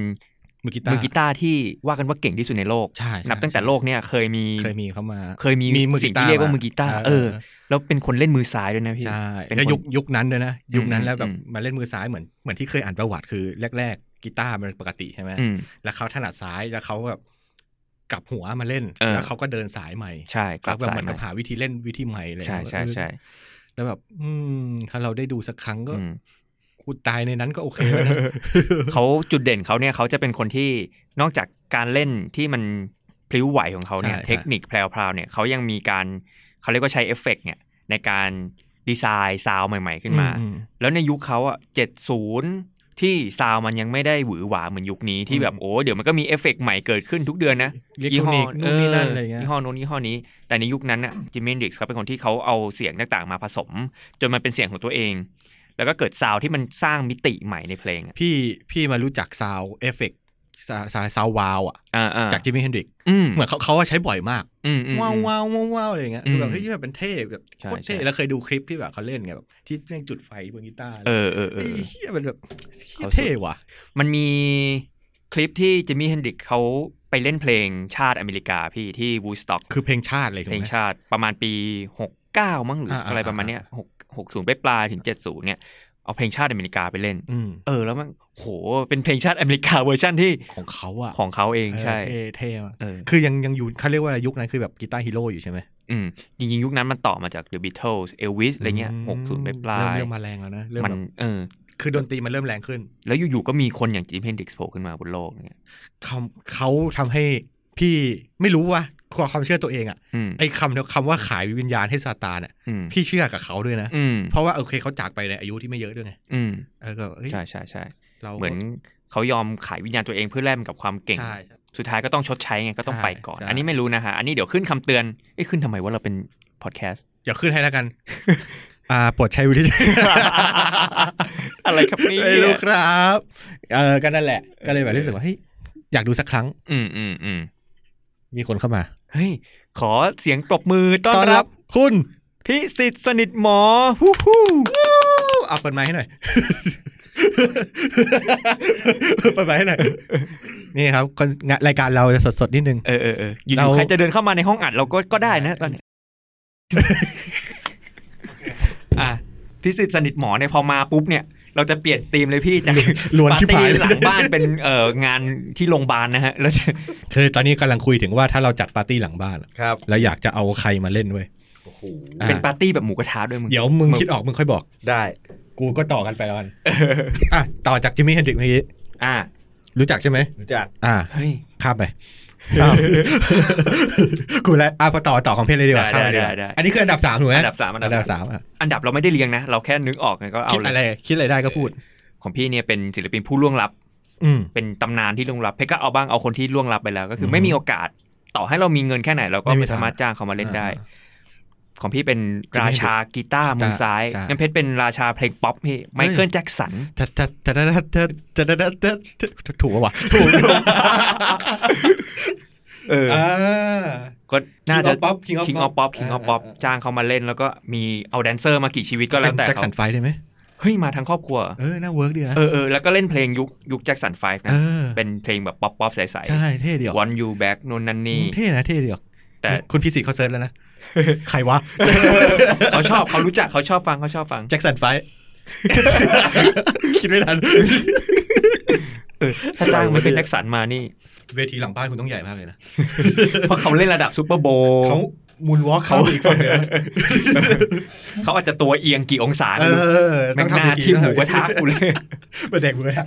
C: มือกีตา
D: มือ
C: ร์
D: กีตาร์ที่ว่ากันว่าเก่งที่สุดในโลก
C: ใช่ใช่
D: นับตั้งแต่โลกเนี่ยเคยมี
C: เคยมีเขามา
D: เคยมี
C: มือ
D: สิ่งที่เรียกว่ามือกีตาร์เออ แล้วเป็นคนเล่นมือซ้ายด้วยนะพี่
C: ใช่
D: เป็น
C: แล้ว
D: คน
C: ยุคยุคนั้นด้วยนะ ยุคนั้นแล้วแบ
D: อื
C: บ
D: มอืม
C: มาเล่นมือซ้ายเหมือนเหมือนที่เคยอ่านประวัติคือแรก ๆ กีตาร์มันปกติใช่ไหม
D: อืม
C: แล้วเขาถนัดซ้ายแล้วเขาแบบกลับหัวมาเล่น
D: เออ
C: แล้วเขาก็เดินสายใหม่
D: ใช่ก
C: แล้
D: ลั
C: ว
D: บ
C: แบบ
D: สาย
C: เหมือน
D: มา
C: กับหาวิธีเล่นวิธีใหม่เลย
D: ใช่ใช่ใช่
C: แล้วแบบ อืม ถ้าเราได้ดูสักครั้งก็
D: อืม
C: กูตายในนั้นก็โอเคแล้วนะ
D: เขาจุดเด่นเขาเนี่ยเขาจะเป็นคนที่นอกจากการเล่นที่มันพลิ้วไหวของเขาเนี่ย
C: ใช่ใช่
D: เทคนิคแพรวๆเนี่ยเขายังมีการเขาเรียกว่าใช้เอฟเฟกต์เนี่ยในการดีไซน์ซาวด์ใหม่ ๆ ขึ้นมา
C: อืม
D: แล้วในยุคเขาอ่ะเจ็ดศูนย์ที่ซาวด์มันยังไม่ได้หวือหวาเหมือนยุคนี้ที่แบบ
C: อืม
D: โอ้เดี๋ยวมันก็มีเอฟเฟกต์ใหม่เกิดขึ้นทุกเดือนนะ
C: เรียกคนกนู่นนี่นั่นอะไรเงี้ย
D: ยี่ห้อนู้นยี่ห้อนี้ แต่ในยุคนั้นน่ะจิมมี่เฮนดริกส์เขาเป็นคนที่เขาเอาเสียงต่างๆมาผสม จนมันเป็นเสียงของตัวเอง แล้วก็เกิดซาวด์ที่มันสร้างมิติใหม่ในเพลงอะ
C: พี่พี่มารู้จักซาวเอฟเฟกซาวซาววาวอ่ะ
D: อ่าๆ
C: จากจิมมี่เฮนดริก
D: อืม
C: เหมือนเขาเขาว่าใช้บ่อยมาก
D: อืมอืม
C: ว้าวว้าวว้าวว้าวอะไรเงี้ย
D: อืม
C: คือแบบเฮ้ยแบบเป็นเท่แบบ
D: ใช่
C: โคตรเท่
D: ใช่
C: แล้วเคยดูคลิปที่แบบเขาเล่นไงแบบที่แม่งจุดไฟบนกีตาร์
D: เออเออเออ
C: ไอ้เฮียมันแบบเหี้ย
D: เขาสุด
C: เท่ว่ะ
D: มันมีคลิปที่จิมมี่เฮนดริกส์เขาไปเล่นเพลงชาติอเมริกาพี่ที่วูสต็อก
C: คือเพลงชาติเลยถู
D: เพ
C: ก
D: ลง
C: ไหม
D: ชาติประมาณปี 69 มั้งหรือ
C: อ่าๆๆ
D: อะไรประมาณเนี้ยหกหกศูนย์ไปปลายๆถึง 70เนี่ยเอาเพลงชาติอเมริกาไปเล่น
C: อืม
D: เออแล้วมันโหเป็นเพลงชาติอเมริกาเวอร์ชั่นที่
C: ของเขาอะ
D: ของเขาเองใช่
C: เออเท่ๆมาก
D: เออ
C: คือยังยังอยู่เขาเรียกว่ายุคนั้นคือแบบกีตาร์ฮีโร่อยู่ใช่ไหม
D: อืม จริงๆ ยุคนั้นมันต่อมาจาก The Beatles Elvis อะไรเงี้ยหกศูนย์ปลาย
C: เริ่
D: ๆ
C: มเริ่มมาแรงแล้วนะ เริ่ม
D: มัน
C: แบบ
D: เออ
C: คือดนตรีมันเริ่มแรงขึ้น
D: แล้วอยู่ๆ ก็มีคนอย่างจิมเฮนดริกส์โผล่ขึ้นมาบนโลกเนี่ย
C: คำเขาทำให้พี่ไม่รู้ว่าความความเชื่อตัวเองอะ
D: อืม
C: ไอ้คำคำว่าขายวิญญาณให้ซาตานอะ
D: อืม
C: พี่เชื่อกับเขาด้วยนะ
D: อืม
C: เพราะว่าโอเคเขาจากไปในอายุที่ไม่เยอะด้วยไง
D: อืม
C: เออก็เอ้ย
D: ใช่ใช่ใช่
C: เรา
D: เหมือนเขายอมขายวิญญาณตัวเองเพื่อแลกกับความเก่ง
C: ใช่ใช่
D: สุดท้ายก็ต้องชดใช้ไงก็ต้อง
C: ใช่
D: ไปก่อน
C: ใช่
D: อันนี้ไม่รู้นะฮะ อันนี้เดี๋ยวขึ้นคำเตือนเอ้ยขึ้นทำไมว่าเราเป็นพอดแคสต์
C: เดี๋ยวขึ้นให้แล้ว กัน อ่าโปวดใช้ วิธี
D: อะไรครับเนี่ย
C: ไม่รู้ครับเออก็นั่นแหละ ก็เลยแบบรู้สึกว่าเฮ้ยอยากดูสักครั้ง
D: อืมอืมอืม
C: มีคนเข้ามา
D: เฮ้ย ขอเสียงปรบมือต้อน
C: ต้อน
D: รั
C: รั
D: บบ
C: คุณ
D: พิสิทธิ์สนิทหมอฮู้ฮู้
C: อู้เอาเปิดไม้ให้หน่อย เปิดไม้ให้หน่อย นี่ครับคนงานรายการเราจะสดๆนิดนึง
D: เออเออเอออยู่
C: เรา
D: ๆใครจะเดินเข้ามาในห้องอัดเราก็ก็ได้นะตอนนี้ อ่ะพิสิทธิ์สนิทหมอเนี่ยพอมาปุ๊บเนี่ย เราจะเปลี่ยนธีมเลยพี่จาก
C: ล้วน
D: ปา
C: ชิบ
D: ร์ตี้
C: หายเลย
D: หลังบ้านเป็นเอ่องานที่โรงพยาบาลนะฮะ แล้วจะ
C: คือตอนนี้กำลังคุยถึงว่าถ้าเราจัดปาร์ตี้หลังบ้านอะ
E: ครับ
C: แล้วอยากจะเอาใครมาเล่นเว้ยอ่ะ
D: เป็นปาร์ตี้แบบหมูกระทะด้วยมึง
C: เดี๋ยวมึงคิดออกมึงค่อยบอก
E: ได้
C: กูก็ต่อกันไปแล้วกันอ่ะต่อจากจิมมี่เฮนดริกเมื่อกี้
D: อ่ะ
C: รู้จักใช่ไหม
E: รู้จัก
C: อ่า
D: เฮ้ย
C: ข้ามไป กูแล้วอ่ะพอต่อต่อของเพลงเลยดีกว่า
D: ได้
C: ข้ามไปดีกว่า
D: ได้ได้
C: อันนี้คืออันดับสามถูกไหม
D: อั
C: อั
D: นดับสามอันดับ
C: สามอ่ะ
D: อันดับเราไม่ได้เรียงนะ เราแค่นึกออกไงก็เอา
C: คิดอะไร
D: เลย
C: คิดอะไรได้ก็พูด
D: ของพี่เนี่ยเป็นศิลปินผู้ล่วงลับ
C: อืม
D: เป็นตำนานที่ล่วงลับเพชรก็เอาบ้างเอาคนที่ล่วงลับไปแล้ว ก็คืออ
C: ม
D: ไม่มีโอกาสต่อให้เรามีเงินแค่ไหน เราก็
C: ไม่มี
D: ไม่สามารถจ้างเขามาเล่นได้ ของพี่เป็นราชากีตาร์มือซ้าย
C: ใช่
D: งั้นเพชรเป็นราชาเพลงป๊อปพี่ไมเคิลแจ็คสัน
C: ทัดทัดทัดทัดทัดทัดทัดทัดทัดถูกปะวะถู ก
D: เออ
C: อ่า
D: ก็น่าจะ
C: King of Pop King of
D: King of Pop
C: Pop
D: King of Pop
C: อ่า
D: จ้างเขามาเล่นแล้วก็มีเอาแดนเซอร์มากี่ชีวิตก็แล้วแต่
C: แจ็คสั
D: เขา
C: นไฟได้ไหม
D: เฮ้ยมาทั้งครอบครัวเหรอ
C: เออน่าเวิร์กดีนะ
D: เออเออแล้วก็เล่นเพลงยุคยุคแจ็คสันไฟว์นะ
C: เออ
D: เป็นเพลงแบบป๊อปป๊อปใส
C: ใช่เท่เดียว
D: ๆ One You Back นนนันนี่
C: เท่นะเท่เดียว
D: แต่
C: คุณพิสิทธิ์เขาเซิร์ชแล้ว นะ ใครวะ
D: เขาชอบเขารู้จักเขาชอบฟังเขาชอบฟัง
C: แจ็คสันไฟ คิดไม่ทัน
D: ถ้าจ้างไม่เป็นแจ็คสันมานี่
C: เวทีหลังบ้านคุณต้องใหญ่มากเลยนะ
D: เพราะเขาเล่นระดับซูเปอร์โบ
C: เขามูนวอล์กเขาอีกคนเดียวนะ
D: เขาอาจจะตัวเอียงกี่องศา
C: เอ
D: ไม่รู้แม่ง
C: อ
D: หน้า
C: ต้องทำ
D: ที่
C: วิธี
D: หมูกระทะกูเลย
C: เป็นเด็กหมูกระทะ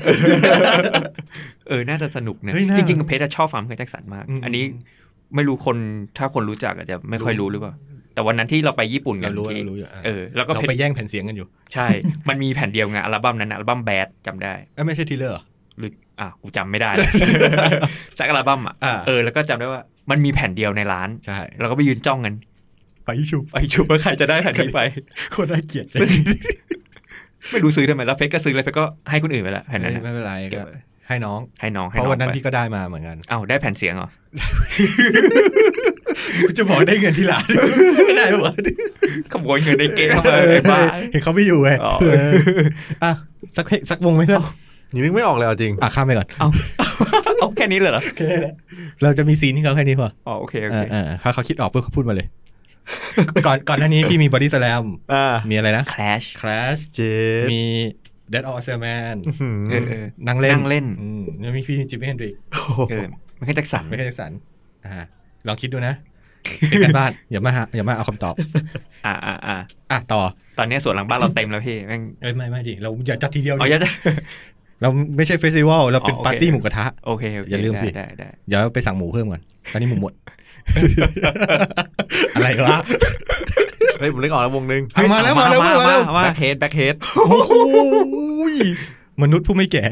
D: เออ น่าจะสนุกเนี่ย
C: เฮ้ยน่า
D: จริงๆ เพชรอะชอบฟังเพลงแจ็คสันมาก
C: อืม
D: อันนี้ ไม่รู้คนถ้าคนรู้จักอาจจะไม่ค่อยรู้หรือเปล่า แต่วันนั้นที่เราไปญี่ปุ่นกั
C: เรา
D: น
C: รู้
D: ที่
C: เรารู้อยู่อ่ะ
D: เออแล้วก็
C: เราไปแย่งแผ่นเสียงกันอยู่
D: ใช่ มันมีแผ่นเดียวไงอัลบั้มนั้นนะอัลบั้มแบดจำได้
C: เอ้ยไม่ใช่ทีเลอร์ เหรอ
D: หรืออ่ะกูจำไม่ ได้แล้วสักอัลบั้มอ่ะ
C: อ่า
D: เออแล้วก็จำได้ว่ามันมีแผ่นเดียวในร้าน
C: ใช่
D: เราก็ไปยืนจ้องกัน
C: ไปยิชู
D: ไปชูว่าใครจะได้แผ่น นี้ไป
C: โคตรน่าเกลียดเลย
D: ไม่รู้ซื้อทำไมแล้วเฟซก็ซื้อแล้วเฟซก็ให้คนอื่นไปละแผ่นนั้น
C: ไม่
D: น่ะ
C: เป็นไร
D: เก็
C: ก็
D: บไว้
C: ให้น้อง
D: ให้น้องให้
C: เพ
D: น้
C: ราะ
D: อ
C: วั
D: ง
C: น
D: ไป
C: นั้นพี่ก็ได้มาเหมือนกัน
D: อ้าวได้แผ่นเสียงเหรอ
C: กูจะบอกได้เงินทีหลังไม่ได้หรอ
D: ขโมยเงินในเกมเข้ามาไอ้บ้า
C: เห็นเขาไม่อยู่ไง
D: อ๋อ
C: เอออ่ะสักเพลงสักวงไหมเพื่อน
F: นี่นึกไม่ออกเลยเอาจริง
C: อ่ะข้ามไปก่อน
D: เอาแค่นี้เลยเหรอ
C: เราจะมีซีนที่เขาแค่นี้พอ
D: อ๋อโอเคโอ
C: เอ
D: เค
C: อเออถ้าเขาคิดออกเพื่อเขาพูด มาเลย ก่อนก่อนหน้านี้พี่มีบอดี้สแลม
F: อ่า
C: มีอะไรนะ
D: แคลช
C: Crash
F: เจ๊
C: มี Dead or Salman
D: เออเออ
C: นั่งเล่น
D: นั่งเล่น
C: อืมแล้วมีพี่จิมมี่เฮนดริก
D: เออไม่ใช่แจ็คสัน
C: ไม่ใช่แจ็คสันอ่าลองคิดดูนะ เป็นกันบ้าน อย่ามาหาอย่ามาเอาคำตอบ
D: อ่าอ่าอ่า
C: อ่ะ ต่อ
D: ตอนนี้สวนหลังบ้านเราเต็มแล้วพี่แม่ง
C: เอ้ยไม่ไม่ดิ เราอย่าจัดทีเดียว
D: เอา
C: ดิ
D: อย่าจะ
C: เราไม่ใช่เฟสติวัลเราเป็น
D: อ๋อโอเค
C: ปาร์ตี้หมูกระทะ
D: โอเคโอเค
C: อย่าลืมสิ
D: ได้ได้ได้
C: เดี๋ยวเราไปสั่งหมูเพิ่มก่อนตอนนี้หมู หมด อะไรวะ
F: เฮ้ยผมนึกออกแล้ววงนึง
C: เอามาแล้วมาแล้วมาแล้ว
F: แบ็คเฮดแบ็คเฮด
C: โอ้โหมนุษย์ผู้ไม่แก่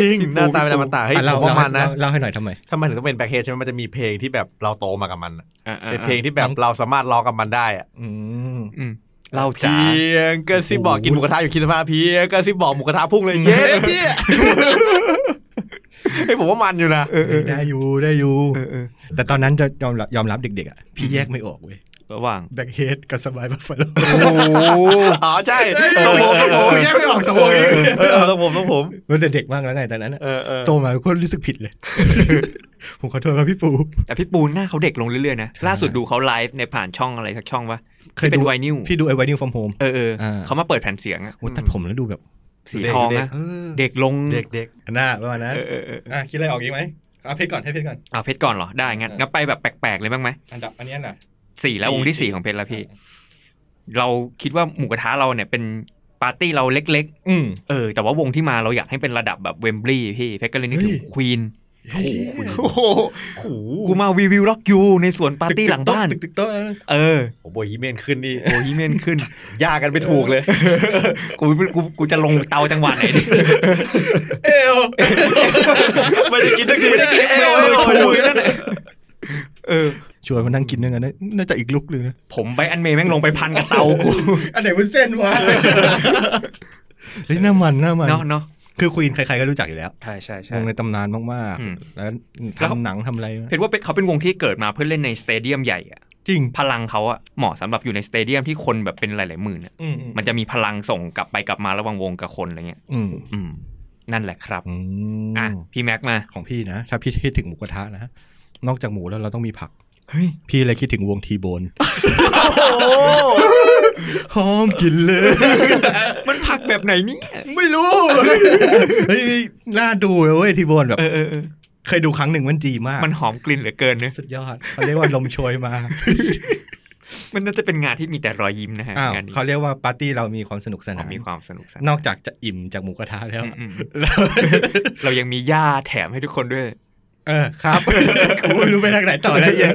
F: จริง หน้าตาเป็นอมตะเฮ้ย
C: อ่ะเรา
F: ผมว่ามันนะ
C: เล่าให้หน่อยทำไม
F: ถ้ามันถึงต้องเป็นแบ็คเฮดใช่ไหมมันจะมีเพลงที่แบบเราโตมากับมันอะ
D: อ่าอ่า
F: เป็นเพลงที่แบบเราสามารถร้องกับมันได้อะ
C: อืม
D: อืมเรา
F: เพี
D: จ๋าย
F: งกระซิบบอกกินหมูกระทะอยู่คิดสภาพเพียงกระซิบบอกหมูกระทะพุ่งเลยเย้เพี้ยเฮ้ยผมว่ามันอยู่นะ
C: ได้อยู่ได้อยู่แต่ตอนนั้นจะยอมรับยอมรับเด็กๆอ่ะพี่แยกไม่ออกเว้ย
D: ระหว่าง
C: แบ็คเฮดกับสบายบัฟฟาโล
F: อ๋อใช่ต้องผมต้องผม
C: แยกไม่ออกสองวงนี้
F: เออต้องผมต้องผม
C: มันแต่เด็กมากแล้วไงตอนนั้นอะ
F: เออเออ
C: โตมาก็รู้สึกผิดเลย ผมขอโทษครับพี่ปู
D: แต่พี่ปูนหน้าเขาเด็กลงเรื่อยๆนะ ล่าสุดดูเขาไลฟ์ในผ่านช่องอะไรสักช่องวะ
C: เคย
D: ที่เป็
C: ดู
D: นไวนิว
C: พี่ดูไอ้ไวนิวฟอร์มโฮม
D: เออเออ
C: อ่า
D: เขามาเปิดแผ่นเสียงอะ
C: โอ้ตัดผมแล้วดูแบบ
D: สีทอง
F: เด็ก
D: นะ
C: เออ
D: เด็กลง
F: เด็กเด็ก
C: หน้าประมาณนั้น
D: เออเออเออ
C: อ่ะคิดอะไรออกอีกไหมเอาเพชรก่อนให้เพชรก่อน
D: เอาเพชรก่อนเหรอ ได้งั้น
C: เออ
D: งั้นไปแบบแปลกๆเลยบ้างไหม
C: อันดับอันนี้น่ะ
D: สี่แล้วว
C: สี่
D: งที่สี่
C: สี่
D: ของเพชรแล้วพี่ เราคิดว่าหมูกระทะเราเนี่ยเป็นปาร์ตี้เราเล็ก
C: อืม
D: ๆ เออ แต่ว่าวงที่มาเราอยากให้เป็นระดับแบบเวมบลีย์พี่เพชรก็เลยนึกถึง
C: เฮ้ย
D: ควีน
C: โอ้
D: โอ้โห
F: ๆโอ้โห
D: กูมาวีวิวล็อกยูในสวนปาร์ตี้หลังบ้าน
C: ตึกตึกโต๊ะ
D: เออ
F: โบฮีเมนขึ้นดิ
D: โอ้ยเมนขึ้น
F: ยากันไปถูกเลย
D: กูกูกูจะลงเตาจังหวะไหนดิ
C: เอว
F: ไม่ได้กินสักทีไม่ได้กิน
D: เออชูอยู่นั่นแหละเออ
C: ชวนมานั่งกินด้วยกันนะน่าจะอีกลุกเลยนะ
D: ผมไปอันเมย์แม่งลงไปพันกับเตากู
C: อันไหนวุ้นเส้นว ะเฮ้ยหน้ามันหน้ามัน
D: เนาะเนาะ
C: คือควีนใครๆก็รู้จักอยู่แล้ว
D: ใช่ใช่ใช่
C: วงในตำนานมาก
D: อืม
C: ๆ แล้ว
D: แล้ว
C: ทำหนังทำอะไร
D: เพชรว่าเป็นเขาเป็นวงที่เกิดมาเพื่อเล่นในสเตเดียมใหญ่อะ
C: จริง
D: พลังเขาอะเหมาะสำหรับอยู่ในสเตเดียมที่คนแบบเป็นหลายๆหมื่นอะ
C: อืม
D: มันจะมีพลังส่งกลับไปกลับมาระหว่างวงกับคนอะไรเงี้ย
C: อืม
D: อืม นั่นแหละครับ
C: อืม
D: อ่ะ พี่แม็กมา
C: ของพี่นะ ถ้าพี่คิดถึงหมูกระทะนะ นอกจากหมูแล้วเราต้องมีผัก เฮ้ย พี่เลยคิดถึงวงทีโบ นหอมกลินเลย
D: มันผักแบบไหนนี่
C: ไม่รู้ เฮ้ย น่าดูเลยเว้ยทีโบนแบบ
D: เออเออเออ
C: เคยดูครั้งหนึ่งมันดีมาก
D: มันหอมกลิ่นเหลือเกินเนอะ
C: สุดยอดเขาเรียกว่าลมโชย มา
D: มันน่าจะเป็นงานที่มีแต่รอยยิ้มนะฮะ
C: อ้าว
D: งานนี้
C: เขาเรียกว่าปาร์ตี้เรามีความสนุกส
D: อ๋
C: นา
D: อน มีความสนุกสนาน
C: นอกจากจะอิ่มจากหมูกระทะแล้ว
D: อืมอืมเรายังมีย่าแถมให้ทุกคนด้วย
C: เออ ครับกูไม่รู้ไปทางไหนต่อแล้วเยอะ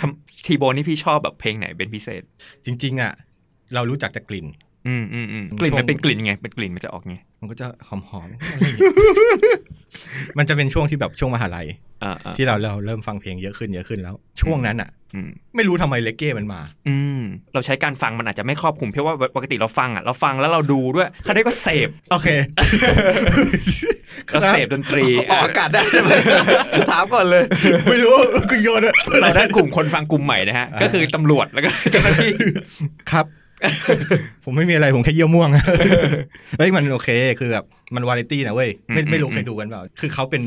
D: ทำทีโบนนี่พี่ชอบแบบเพลงไหนเป็นพิเศษ
C: จริง ๆ อ่ะ เรารู้จักจากกลิ่น
D: อืมอืมอืมกลิ่น
C: ช
D: มั
C: ม
D: นเป็นกลิ่นยังไง เป็นกลิ่นมันจะออกไง
C: มันก็จะหอมหอมๆอะไรอย่างเงี้ย มันจะเป็นช่วงที่แบบช่วงมหาลัย
D: อ่าอ่า
C: ที่เราเราเริ่มฟังเพลงเยอะขึ้นเยอะขึ้นแล้ว ช่วงนั้นอ่ะ
D: อืม
C: ไม่รู้ทำไมเลเก้มันมา
D: อืมเราใช้การฟังมันอาจจะไม่ครอบคลุมเพราะว่าปกติเราฟังอ่ะเราฟังแล้วเราดูด้วยเขาได้ก็เสพ
C: โอเค
D: เราเสพดนตรี
F: ออกอากาศได้ใช่ไหมถามก่อนเลย
C: ไม่รู้กูโยนอะ
D: อ่ะเราได้กลุ่มคนฟังกลุ่มใหม่นะฮะ ก็คือตำรวจแล้ว ก็เจ้าหน้าที่
C: ครับ ผมไม่มีอะไรผมแค่เยี่ยวม่วง เฮ้ยมันโอเค คือแบบมันวาไรตี้นะเว้ยไม่
D: อืม
C: ไม่รู้เคยดูกันเปล่าคือเขาเป็น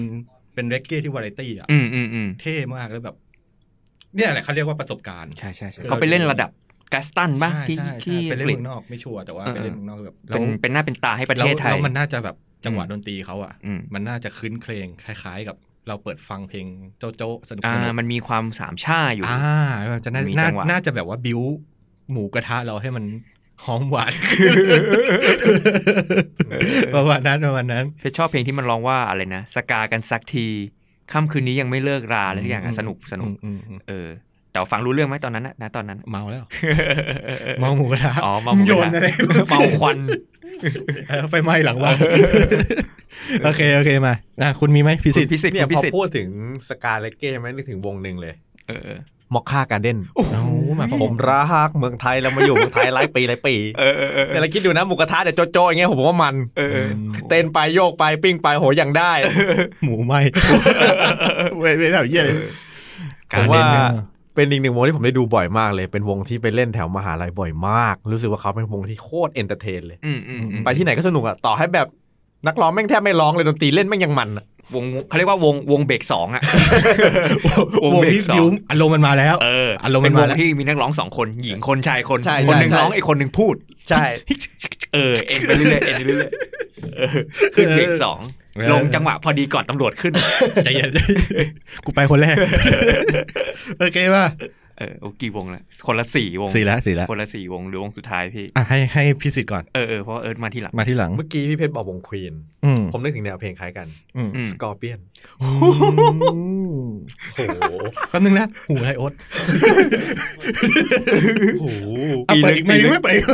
C: เป็นเลเก้ที่วาไรตี้อ่ะ
D: อืมอืมอืม
C: เท่มากแล้วแบบ เนี่ยแหละเขาเรียกว่าประสบการณ์
D: ใช่ใช่ใช่เขาไปเล่นระดับแกสตันป่ะ
C: ใช่
D: ที่
C: ใช่
D: ที่
C: ใช่ไปเล่น
D: กฤ
C: เมื
D: ษ
C: องนอกไม่ชัวร์แต่ว่า
D: เออ
C: ไปเล่นเมืองนอกแบบแล้
D: เป็
C: วน
D: เป็นหน้าเป็นตาให้ประเทศไทย
C: แล้วมันน่าจะแบบจังหวะดนตรีเขาอ่ะ
D: อืม
C: มันน่าจะคื้นเครงคล้าย ๆ กับเราเปิดฟังเพลงโจ๊ะโจ๊ะสนุก
D: อ่า
C: สนุก
D: มันมีความสามชาอยู่
C: อ่ามันจะน่า
D: มี
C: น่า
D: จังหวะ
C: น่าจะแบบว่าบิวหมูกระทะเราให้มันหอมหวาน ประมาณนั้นประมาณนั้น
D: เพชรชอบเพลงที่มันร้องว่าอะไรนะ สกากันสักที ค่ำคืนนี้ยังไม่เลิกราอะไรทุกอย่างอะสนุกสนุก
C: อืมอืม
D: เออ แต่ฟังรู้เรื่องไหมตอนนั้นนะณตอนนั้น
C: เมาแล้ว เมาหมูกระทะ
D: อ๋อเมาหมูกระทะ
C: โยนอะไร
D: เมาควัน
C: เออไฟไหม้หลังว่านโอเคโอเคมาอ่ะคุณมีไหมพิสิทธิ์
D: พิสิทธิ์
F: เนี่ย
D: พิ
F: พอ
D: สิทธิ์
F: พูดถึงสกาเลเก้ใช่ไหมนึกถึงวงหนึ่งเลย
D: เออ
F: มอคค่าการเด้น
C: โอ้มาพร้อม
F: ผมรักเมืองไทยแล้วมาอยู่เมืองไทยหลายปีหลายปี
D: เออเออเออ
F: แต่เราคิดดูนะหมูกระทะเดี๋ยวโจๆอย่างเงี้ยผมว่ามัน
D: เออเออ
F: เต้นไปโยกไปปิ้งไปโหอย่างได้
C: หมูไหมเว้ยเว้ยแบบเยี่ยเลย
F: ผม
C: กา
F: ว่าร
C: เล่นเนี่ย
F: เป็นอีกหนึ่งวงที่ผมได้ดูบ่อยมากเลย เป็นวงที่ไปเล่นแถวมหาลัยบ่อยมาก รู้สึกว่าเขาเป็นวงที่โคตรเอนเตอร์เทนเลย
D: อืมอืมอืม
F: ไปที่ไหนก็สนุกอะต่อให้แบบนักร้องแม่งแทบไม่ร้องเลยดนตรีเล่นแม่งยังมันอะ
D: วงเขาเรียกว่าวงวงเบรกสอง อ่ะ วง
C: วง
D: เบรก
C: ที่
D: สอง
C: บิวอารมณ์มันมาแล้ว
D: เออ
C: อารมณ์มั
D: เป็น นว
C: มาง แล้ว
D: ที่มีนักร้องสองคนหญิงคนชายคน
F: ใช่
D: คน
F: ใช่
D: หนึ่ง
F: ใช่
D: ร้องไอ้คนหนึ่งพูด
F: ใช่
D: เออเอ็นไปเรื่อยเอ็นไปเรื่อยเออขึ้นเบรกสอง
C: เออ
D: ลงจังหวะพอดีก่อนตำรวจขึ้น
C: ใจเย็นกูไปคนแรก โอเคป่ะ
D: เออโอ้กี่วงละคนละสี่วง
C: สี่ละสี่ละ
D: คนละสี่วงหรือวงสุดท้ายพี่
C: อ่ะให้ให้พิสิทธิ์ก่อน
D: เออเออเพราะว่าเอิร์ธมาที่หลัง
C: มาที่หลัง
F: เมื่อกี้พี่เพชรบอกวงควีน
C: อืม
F: ผมนึกถึงแนวเพลงคล้ายกัน
C: อืม
D: อืม
F: สกอร์เปียนโห
C: แป๊บนึงนะหูไรโอ๊ต
F: โห
C: อ่ะเปิดอีกไหม่
D: ปีลึก
C: ไม่เปิดอีก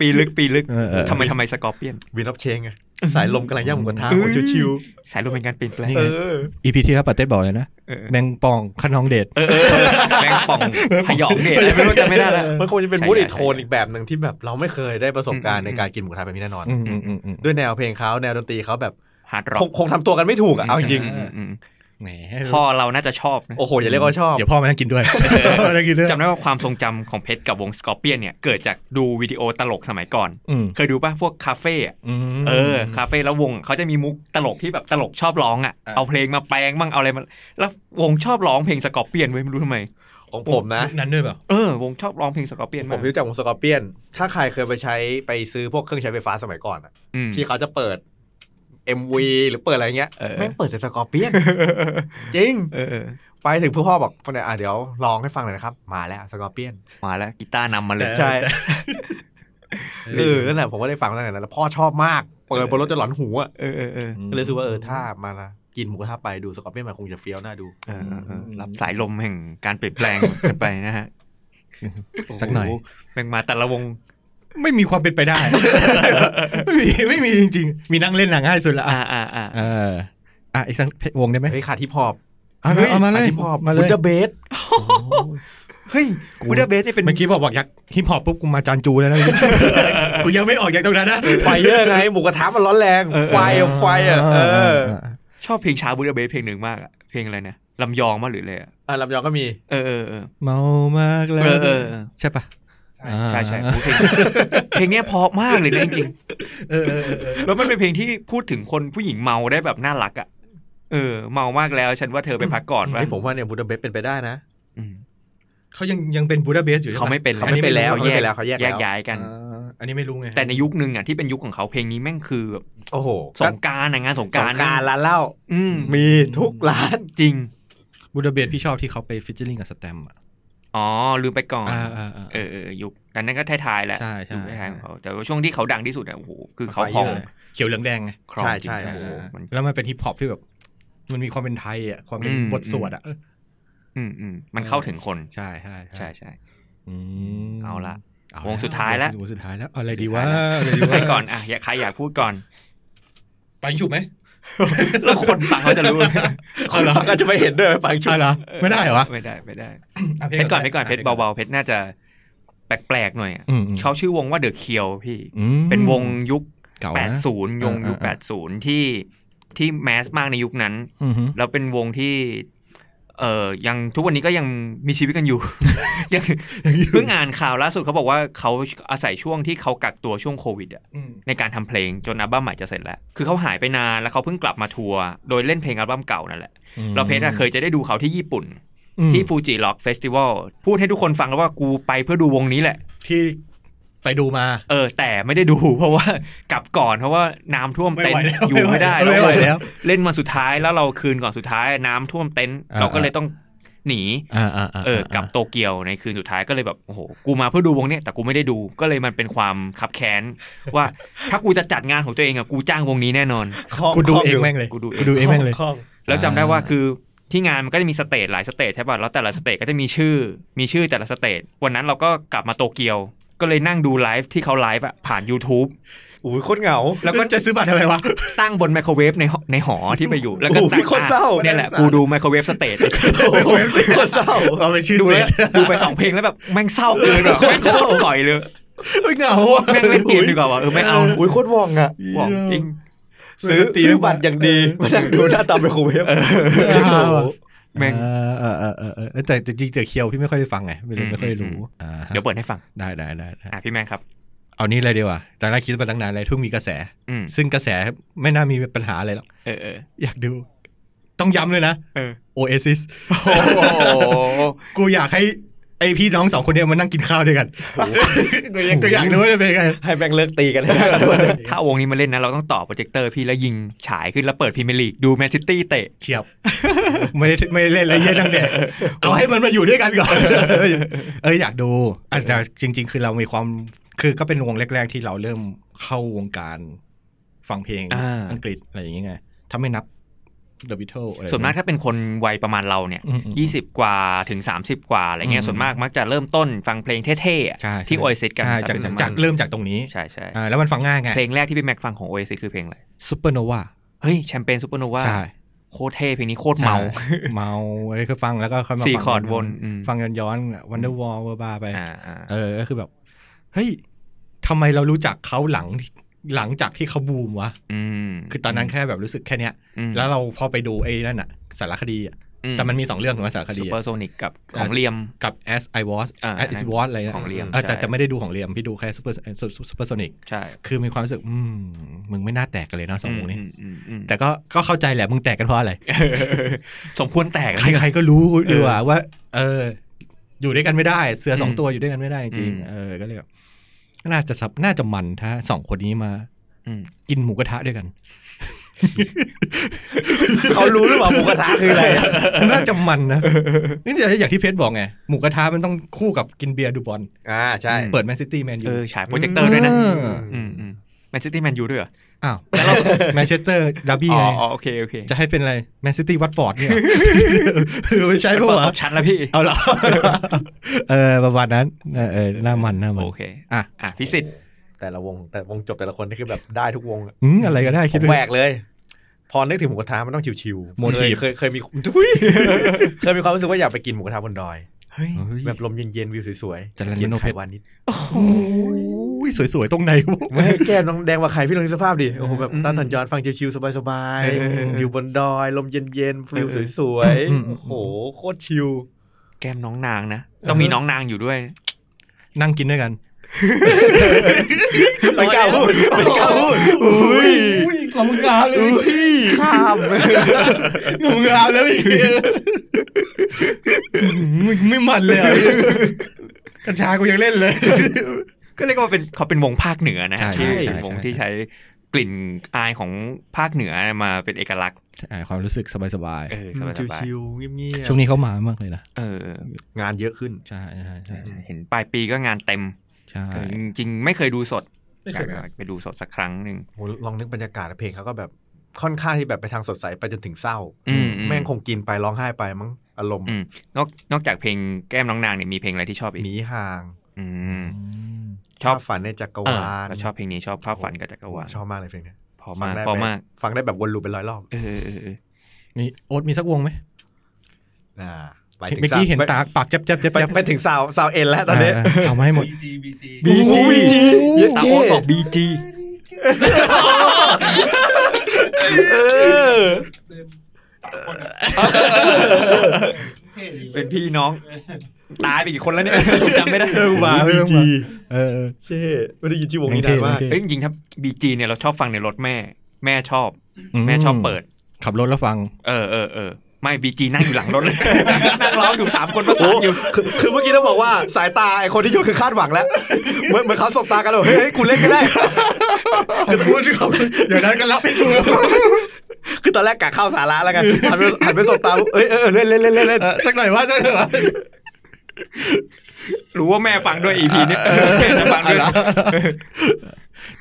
D: ปีลึกปีลึก
C: เออเออ
D: ทำไมทำไมสกอร์เปียน
F: วินอัพเชงไงสายลมกำลังย่างหมูกระทะ
D: เอ้ย
F: โหชิว
D: สายลมเป็นการเปลี่ยนแปลง
C: นี่
F: ๆเอ
C: ไง
F: อ
C: อีพีที่แล้วปาเต้บอกเลยนะ
D: เออ
C: แมงปองขนองเดช
D: เออเออเออแมงป่องพยองเนี่ยอะไรไม่รู้จำไม่ได้ละ
F: มันคงจะเป็น
D: ใช่
F: มูดอี
D: ใช่
F: โทนอีกแบบหนึ่งที่แบบเราไม่เคยได้ประสบการ
D: อื
F: ณ์
D: ม
F: ในการกินหมูกระทะแบบนี้แน่นอน
C: อืมอืมอืมอืม
F: ด้วยแนวเพลงเขาแนวดนตรีเขาแบบ
D: ฮาร์ดร็อ
F: ค
D: ก
F: งคงทำตัวกันไม่ถูกอ่ะเอาจริง
D: อืมอืม
C: แหม
D: พ่อเราน่าจะชอบนะ
F: โอ้โห อย่าเรียกว่าชอบ
C: เดี๋ยวพ่อมานั่งกินด้วยมานั่งกินด้วย
D: จำได้ว่าความทรงจำของเพชรกับวงสกอร์เปียนเนี่ย เกิดจากดูวิดีโอตลกสมัยก่อน
C: อืม
D: เคยดูป่ะ พวกคาเฟ่อะ
C: อืม
D: เออ คาเฟ่แล้ววงเขาจะมีมุกตลกที่แบบตลกชอบร้องอ่ะ
C: อ่ะ
D: เอาเพลงมาแปลงบ้างเอาอะไรมา แล้ววงชอบร้องเพลงสกอร์เปียนเว้ยไม่รู้ทำไม
F: ของผมนะ
C: ยุคนั้นด้วยเปล่า
D: เออ วงชอบร้องเพลงสกอร์เปีย
F: ผม
D: นาก
F: มรู้จักวงสกอร์เปียน ถ้าใครเคยไปใช้ไปซื้อพวกเครื่องใช้ไฟฟ้าสมัยก่อนอะ
D: อืม
F: ที่เขาจะเปิด MV หรือเปิดอะไรเงี้ย
D: เออ
F: แม่งเปิดแต่สกอร์เปียน จริง
D: เออเออ
F: ไปถึงพ่พ่อบอกพ่อเนี่ยอ่ะเดี๋ยวลองให้ฟังหน่อยนะครับ มาแล้วสกอร์เปียน
D: มาแล้วกีตาร์นำมาเลย
C: แต่
F: ใช่
C: แต่
F: เออนั่นแหละผมก็ได้ฟังตั้งแต่นั้นแล้วพ่อชอบมากเปิดบนรถจนหลอนหูอ่ะ
D: เออเออเออ
F: ก็เลยรู้สึกว่าเออถ้ามาละกินหมูกระทะไปดูสกอร์เปียนมาคงจะเฟี้ยวน่าดู
D: เออเออเออรับสายลมแห่งการเปลี่ยนแปลงกันไปนะ ฮะ
C: สักหน่อย
D: โโแม่งมาแต่ละวง
C: ไม่มีความเป็นไปได้ ไม่มีไม่มีจริงๆ มีนั่งเล่นหนังง่ายสุดละอ่ะ
D: อ่าอ่าอ่า
C: เอออ่ะอีกสักวงได้ไหม
F: เฮ้ยขาดที่พอบ
C: เอาเอามาเลย
F: ที่พอบ
C: มาเล
F: บุ
C: ย
F: ดาเบส
D: เฮ้ยบูดาเบสนี่เป็น
C: เมื่อกี้บอกบอกอยากฮิปฮอปปุ๊บกูมาจานจูเลยนะ กูยังไม่ออกจากตรงนั้นนะ
F: ไฟเยอร์ไงหมูกระทะมันร้อนแรง
D: เออ
F: ไฟอะไฟอะเออ
D: ชอบเพลงช้าบูดาเบสเพลงหนึ่งมากอะเพลงอะไรนะลำยองมากหรืออะไรอะ
F: อ่ะลำยองก็มี
D: เออเออเออ
C: เมามากแล้ว
D: เออเออเออ
C: ใช่ปะ
D: ใช่ใช่โอ้เพลงเพลงเนี้ย เพอมากเลยนะจริงๆแล้วมันเป็นเพลงที่พูดถึงคนผู้หญิงเมาได้แบบน่ารักอะเออ เมามากแล้วฉันว่าเธอไปพักก่อนว่า
F: นี่ผมว่าเนี่ยบูดาเบสเป็นไปได้นะ
D: อืม
C: เขายังยังเป็นบูดาเบสอยู่ใช่ปะ
D: เขาไม่เป็น
F: เขาไม่เป็นแล้ว
D: อั
F: เขาไม่เป็นแล้วเขาแยกแล้ว
D: แยกย้ายกัน
C: อ่าอันนี้ไม่รู้ไง
D: แต่ในยุคนึงอะที่เป็นยุคของเขาเพลงนี้แม่งคือแบบ
F: โอ้โห
D: สงกรารนะงานสงก
F: ส
D: ราง ร
F: กรารร้านเหล้า
D: อืม
F: มีทุกร้าน
D: จริง
C: บูดาเบสพี่ชอบที่เขาไปฟิชเชอร์ลิงกับสแตมป์อะ
D: อ๋อลืมไปก่อน
C: อ่าอ่าอ่า
D: เออเออยุคอันนั้นก็ท้ายๆแหละ
C: ใช่ใช่
D: ยุคท้ายๆของเขาแต่ว่าช่วงที่เขาดังที่สุดอะโอ้โหคือเขา
F: ไฟ
D: พ
F: ย
D: อง
F: ร์
C: เขียวเหลืองแดงไง
D: ครอง
F: ใช่
D: จริง
F: ใช่
D: ๆโอ้โหมัน
C: แล้วมันเป็นฮิปฮอปที่แบบ มันมีความเป็นไทยอ่ะความเป็น
D: อืม
C: บทสวดอ่ะเออ
D: อืมอืมมันเข้าถึงคน
C: ใช่ใช่
D: ใช่ใช่
C: อืม
D: เอาละ
C: เอ
D: วงสุดท้ายละ
C: วงสุดท้ายแล้วเอาอะไรดีวะ
D: ใครก่อนอ่ะอยากใครอยากพูด ก่อน
C: ไปฉุบไหม
D: แล้วคนฟังเขาจะรู้ไหม
F: คนฟังก็จะไม่เห็นด้วยฟังชุ
C: ใช่
F: ด
C: เหรอ ไม่ได้เหรอวะ
D: ไม่ได้ไม่ได้
C: ะ
D: เพชรก่อนเพชรก่อนเพชรเบาๆเพชรน่าจะแปลกๆหน่อยอะ
C: อืมอืม
D: เขาชื่อวงว่าเดอะเคียวพี่
C: อืม
D: เป็นวงยุค
C: เก่านะ
D: 80ยงยุค
C: เออเออเออ
D: 80 ที่ที่แมสมากในยุคนั้น
C: อืมฮึ
D: แล้วเป็นวงที่ เอ่อยังทุกวันนี้ก็ยังมีชีวิตกันอยู่ ยังเพิ่งอ่านข่าวล่าสุดเขาบอกว่าเขาอาศัยช่วงที่เขากักตัวช่วงโควิดอะ
C: อืม
D: ในการทำเพลงจนอัลบั้มใหม่จะเสร็จแล้ว คือเขาหายไปนานแล้วเขาเพิ่งกลับมาทัวร์โดยเล่นเพลงอัลบั้มเก่านั่นแหละเราเพชรอะเคยจะได้ดูเขาที่ญี่ปุ่น
C: อืม
D: ที่ฟูจิล็อกเฟสติวัลพูดให้ทุกคนฟังแล้วว่ากูไปเพื่อดูวงนี้แหละ
C: ที่ไปดูมา
D: เออ แต่ไม่ได้ดู เพราะว่ากลับก่อนเพราะว่าน้ำท่วมเต็นท์
C: ไม่ไหวแล้ว
D: อยู่ไม่ได้
C: ไม่ไหวแล้ว
D: เล่นวันสุดท้ายแล้วเราคืนก่อนสุดท้าย น้ำท่วมเต็นท์
C: อ่า
D: เราก็เลยต้อง หนี
C: อ่าอ่าา
D: เออกลับโตเกียวในคืนสุดท้ายก็เลยแบบโอ้โหกูมาเพื่อดูวงเนี้ยแต่กูไม่ได้ดูก็เลยมันเป็นความคับแค้น ว่าถ้ากูจะจัดงานของตัวเองอะกูจ้างวงนี้แน่นอน
F: ข้
C: กูดู
F: ข้
C: เอง
F: ยู่
C: แม่งเลย
D: กูดูเอง
C: เองแม่งเลย
F: ข้อ
D: แล้วจำได้ว่าคือที่งานมันก็จะมีสเตจหลายสเตจใช่ป่ะแล้วแต่ละสเตจก็จะมีชื่อ มีชื่อแต่ละสเตจวันนั้นเราก็กลับมาโตเกียว ก็เลยนั่งดูไลฟ์ที่เขาไลฟ์อะผ่าน YouTube
F: อุ้ยโคตรเหงา
D: แล้วก็
C: จะซื้อบัตรอะไรวะ
D: ตั้งบนไมโครเวฟในหอในหอที่ไปอยู่ แล้วก็
F: โอ้โห
D: ตั้ง
F: โคตรเศร้า
D: เนี่ยแหละกูดูไมโครเวฟสเตจ
F: โอ้ยโคตรเศร้า
C: เอาไปชื่อ
D: ดู
C: เล
D: แล้
C: ยว
D: ดูไปสองเพลงแล้วแบบแม่งเศร้าเกินแบบแม่งโคตรก่อยเลย
C: เฮ้ยเหงาอ่ะ
D: แม่งเล่นเกมดีกว่าวะเออไม่เอา
F: อุ้ยโคตรว่องอ่ะ
D: บอกจริง
F: ซื้อซื้อบัตรอย่างดีมานั่งดูหน้าตาไมโครเวฟ
C: เหงาอ่ะ
D: แม่ง
C: เออเออเออเออแต่แต่จริงๆเจอเคียวพี่ไม่ค่อยได้ฟังไงไม่เลยไม่ค่อยรู้อ่าฮะ
D: เดี๋ยวเปิดให้ฟัง
C: ได้ได้ได้ได้
D: อ่ะพี่แม่งครับ
C: เอานี่เลยดีกว่าตอนแรกคิดมาตั้งนานเลยทุ่งมีกระแส
D: อืม
C: ซึ่งกระแสไม่น่ามีปัญหาอะไรหรอก
D: เออเออ
C: อยากดู ต้องย้ำเลยนะ
D: เออ
C: Oasis
D: โอ้โห
C: กูอยากให้ไอพี่น้องสองคนเนี้มานั่งกินข้าวด้วยกันกู อยากกูอยากรู้ว่าจะเป็นไง
F: ให้แบงค์เลิกตีกันให้ได้
D: ถ้าวงนี้มาเล่นนะ เราต้องต่อโปรเจคเตอร์พี่แล้วยิงฉายขึ้นแล้วเปิดพรีเมียร์ลีกดูแมนซิตี้เตะ
C: เทียบ ไม่ได้ไม่ได้เล่นอะไรเยอะตั้ งแต่เอาให้มันมาอยู่ด้วยกันก่อน เอออยากดูอาจจะจริง ๆ คือเรามีความคือก็เป็นวงแรก ๆ ที่เราเริ่มเข้าวงการฟังเพลง
D: อ่า
C: อังกฤษอะไรอย่างเงี้ยถ้าไม่นับ The Beatles อะไร
D: ส่วนมากถ้าเป็นคนวัยประมาณเราเนี่ย
C: อืมอืม
D: 20 กว่าถึง 30 กว่าอะไรเงี้ย
C: อืม
D: ส่วนมากมักจะเริ่มต้นฟังเพลงเท่ๆอะ
C: ใช่
D: ที่โอเอซิสกัน
C: ใช่จาก
D: เป็น
C: จาก
D: ปะมณ
C: จากเริ่มจากตรงนี้
D: ใช่ใช่
C: อ่าแล้วมันฟังง่ายไง
D: เพลงแรกที่พี่แม็กฟังของโอเอซิสคือเพลงอะไร
C: ซูเปอร์โนวา
D: เฮ้ยแชมเปญซูเปอร์โนวา
C: ใช่
D: โคตรเท่เพลงนี้โคตรเมา
C: ใช่เมาไอ้คือฟังแล้วก็ค่อยมา
D: สี่
C: ฟัง
D: คอร์ดวนอืม
C: ฟังย้อนๆวันเดอร์วอลเวอร์บาไป
D: อ่าอ่า
C: เออ ก็คือแบบ เฮ้ย ทำไมเรารู้จักเขาหลัง หลังจากที่เขาบูมวะ
D: อืม
C: คือตอนนั้นแค่แบบรู้สึกแค่เนี้ย
D: อืม
C: แล้วเราพอไปดูไอ้นั่นอะสารคดีอะ
D: อื
C: แต่มันมีสองเรื่องถูกไหมสารค
D: ซู
C: ดี
D: เปอ
C: อะ
D: ร์โซนิกกับของเลียม
C: กับ as I was
D: อ่า
C: as it was อะไรนะ
D: ของเลียม
C: เออแต่
D: ใช่
C: แต่ไม่ได้ดูของเลียม พี่ดูแค่ super super sonic
D: ใช่
C: คือมีความรู้สึก อืม มึงไม่น่าแตกกันเลยเนาะสองวงนี้
D: มอืมอืม
C: แต่ก็ก็เข้าใจแหละ มึงแตกกันเพราะอะไร
D: สมควรแตกนะ
C: ใครใครก็รู้ดีกว่าว่า เออ อยู่ด้วยกันไม่ได้ เสือสองตัวอยู่ด้วยกันไม่ได้จริ
D: อื
C: ง
D: ม
C: ๆเออก็เลยแบบน่าจะสับน่าจะมันถ้าสองคนนี้มา
D: อืม
C: กินหมูกระทะด้วยกัน
F: เขารู้หรือเปล่าหมูกระทะคืออะไรอะ
C: น่าจะมันนะ นี่จะอย่างที่เพชรบอกไง หมูกระทะมันต้องคู่กับกินเบียร์ดูบอล
F: อ่าใช่
C: เปิดแมนซิตี้แมนยู
D: เออฉายโปรเจคเตอร์ด้วยนะ
C: อื
D: มอืมแมนซิตี้แมนยูด้วยเหรอ
C: อ้าวแต่เราแมนเชสเตอร์ดาร์บี้
D: อ๋อ
C: ไง
D: อ๋อโอเคโอเค
C: จะให้เป็นอะไรแมนซิตี้วัตฟอร์ดเนี่ยคือไม่ใช่
D: ไอ้
C: ปะ
D: ต
C: วะ
D: อบชั้นแล้วพี่
C: เอาเห รอเออประมาณนั้นเออเออหน้ามันหน้ามัน
D: โอเค
C: อ่ะ
D: อ่ะพิสิทธิ์
F: แต่ละวงแต่วงจบแต่ละคนนี่คือแบบได้ทุกวงอะ
C: อืมอะไรก็ได้
F: ผ
C: คิด
F: ม
C: ดู
F: แหวกเลย พอนึกถึงหมูกระทะมันต้องชิวๆ
C: โมทีฟ
F: เคยเคยเคยมีทุยเคยมีความรู้สึกว่าอยากไปกินหมูกระทะบนดอย
D: เฮ้ย
F: แบ
C: แบบ
F: บลมเย็นๆวิวสวย
C: จรัญ
F: เขียน
C: มโนเพ
F: ไข่
C: ชร
F: วานิด
C: โอ้ยสวยๆตรงไหนวะ
F: ไม่ให้แก้มน้องแดงว่าไข่พี่ลองนึกสภาพดิโอ้โหแบบตาทันจอนฟังชิวๆสบาย
C: เออ
F: ๆ
C: อ
F: อยู่บนดอย ลมเย็นๆวิวสวยๆโอ้โหโคตรชิว
D: แก้มน้องนางนะ ต้องมีน้องนางอยู่ด้วย
C: นั่งกินด้วยกัน
F: ไม่กล้าพูดไม่กล้าพูดอุ้ย
C: ขำงามเลย
D: ข้าม
C: ขำงามแล้วอีกไม่ไม่มันเลยอะกัญชากูยังเล่นเลย
D: ก็เรียกว่าเป็นเขาเป็นวงภาคเหนือนะฮะ
C: ใช่
D: ที่
C: ใช่
D: เป็นวง
C: ใช่
D: ที่ใช้กลิ่นอายของภาคเหนือมาเป็นเอกลักษณ์
C: อ่าความรู้สึกสบาย
D: เออสบายสบาย
F: ชิวๆเงียบ
C: ๆช่วงนี้เขามามากเลยนะ
D: เออ
F: ๆงานเยอะขึ้น
C: ใช่ใช่ใช่
D: เห็นปลายปีก็งานเต็ม
C: ใช่
D: เออจริงๆไม่เคยดูสดอยาก
C: ใช่
D: ไปดูสดสักครั้งหนึ่ง
F: โหลองนึกบรรยากาศเพลงเขาก็แบบค่อนข้างที่แบบไปทางสดใสไปจนถึงเศร้า
D: อืมอืม
F: แม่งคงกินไปร้องไห้ไปมั้งอารมณ์
D: อืมนอกนอกจากเพลงแก้มน้องนางเนี่ยมีเพลงอะไรที่ชอบอีก
F: หนีห่าง
D: อืม ช
F: ช
D: อ
F: อบ บฝันในจักร
D: เอ
F: วา
D: อ
F: ล
D: เราชอบเพลงนี้ชอบภาพฝันกับจักรวาล
F: ชอบมากเลยเพลงเนี้ย
D: พอ
F: ฟั
D: มาก
F: ได้
D: พอ
F: ไป
D: มาก
F: ฟังได้แบบวนลูปเป็นร้อยรอบ
D: เออเออเออ
C: มีโอ๊ตมีสักวงไหม
F: อ่าไปถึง
C: เมื่อกี้เห็นตาปากแจ๊บแจ๊บแจ๊บ
F: ไป
C: แจ๊บ
F: ไปถึงสาวสาวเอ็นแล้วตอนนี้
C: าาเอามาให้หมด
F: BG เยอะ
D: ตา
F: เท่
D: โอ๊ตบอกบีจีเป็นพี่น้อง ตายไปกี่คนแล้วเนี่ยจำไม่ได้
C: เออว่าเออว่าเออเออ
F: เช่ไม่ได้ยินชื่อวงนี้นานมาก
C: เท่
D: เอ้ยจริงๆครับบีจีเนี่ยเราชอบฟังในรถแม่ แม่ชอบ แม่ชอบเปิด
C: ขับรถแล้วฟัง
D: เออเออเออไม่บีจีนั่งอยู่หลังร ถเลย นั่งร้องอยู่สามคนประสานอยู่
F: คือคือเมื่อกี้ต้องบอกว่าสายตาไอคนที่อยู่คือคาดหวังแล้วเหมือนเหมือนเขาสบตากันเลยเฮ้ยกูเล่นก็ได้
C: พูดเขาอย่างนั้นก็รับให้กูแล้ว
F: คือตอนแรกกะเข้าสาระแล้วกันหันไปหันไปสบตาปุ๊บเอ้ยเออเออเล่นเล่นเล่นเล่น
C: เออสักหน่อยว่าสักหน่อยว่า
D: รู้ว่าแม่ฟังด้วยอีพีนี้จะฟังด้วย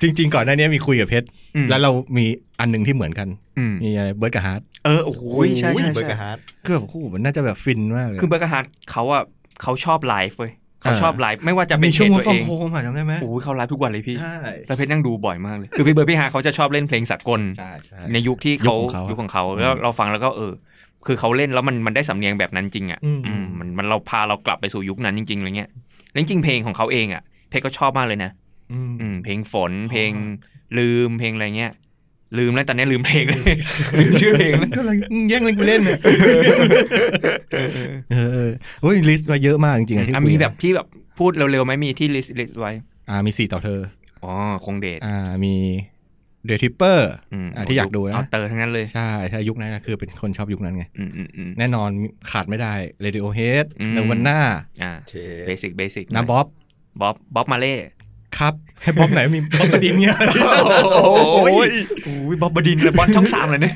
C: จริง ๆ ก่อนหน้านี้มีคุยกับเพชร
D: อืม
C: แล้วเรามีอันหนึ่งที่เหมือนกัน
D: อืม
C: มีอะไรเบิร์ดกับฮาร์ด
D: เออโอ้โหใช่ใช่
F: เบอร์ก
D: ใช่
F: ฮาร์ด
C: ก็แบบคู่มันน่าจะแบบฟินมากเลย
D: คือเบอร์กฮาร์ดเขาอ่ะเขาชอบไลฟ์เว้ยเขาชอบไลฟ์ไม่ว่าจะเป็น
C: มี
D: เพ
C: ช่ว
D: จ
C: ง
D: ตัว
C: ฟั
D: เอง ง
C: โฮมอ่ะจำได้ไหม
D: โอ้ยเขาไลฟ์ทุกวันเลยพี่
C: ใช่
D: แล้วเพชรนั่งดูบ่อยมากเลย คือพี่เบิร์ดพี่ฮาเขาจะชอบเล่นเพลงสากล
C: ใช่ใช่
D: ในยุคที่เขา
C: ยุคของเขา
D: ยุคของเขา
C: ยุอืม
D: แล้วเราฟังแล้วก็เออ คือเขาเล่นแล้วมันมันได้สำเนียงแบบนั้นจริงอ่ะ
C: อืม
D: อืมมันมันเราพาเรากลับไปสู่ยุคนั้นจริงๆอะไรเงี้ยแล้วจริงๆเพลงของเขาเองอ่ะเพชรก็ชอบมากเลยนะ
C: อืม
D: อืมเพลงฝนเพลงลืมเพลงอะไรเงี้ย ลืมแล้วตอนนี้ลืมเพลงเลย ลืมชื่อเพลงแล้ว
C: ก็เลยแย่งเล่นกูเล่นเนี่ยเออเออโอ้ยลิสต์มาเยอะมากจริงๆอะที่
D: อ่ะ
C: คุย
D: มีแบบที่แบบพูดเร็วๆไหมมีที่ลิสต์ลิสต์ไว้
C: อ่ามีสี่ต่อเธอ
D: อ๋อคงเดท
C: อ่ามีเด e ทิปเปอร์
D: ม
C: อ่าที่อยากดู
D: เอา
C: นะ
D: เตอร์ทั้งนั้นเลย
C: ใช่ใช่ยุคนั้นนะคือเป็นคนชอบยุคนั้นไง
D: อืมอืมอืม
C: แน่นอนขาดไม่ได้เรดิโอเฮด
D: อืม
C: เนวันน่า
D: อ่า
F: เช
D: เบสิกเบสิก
C: นาบ๊อบ
D: บ๊อบบ๊อบมาเล่
C: ครับ ให้บ๊อบไหนมีบ๊อบประดิน เนี่ย
D: โอ้ยโอ้ยบ๊อบบดินทร์เลยบอลช่องสามเลยเนี่ย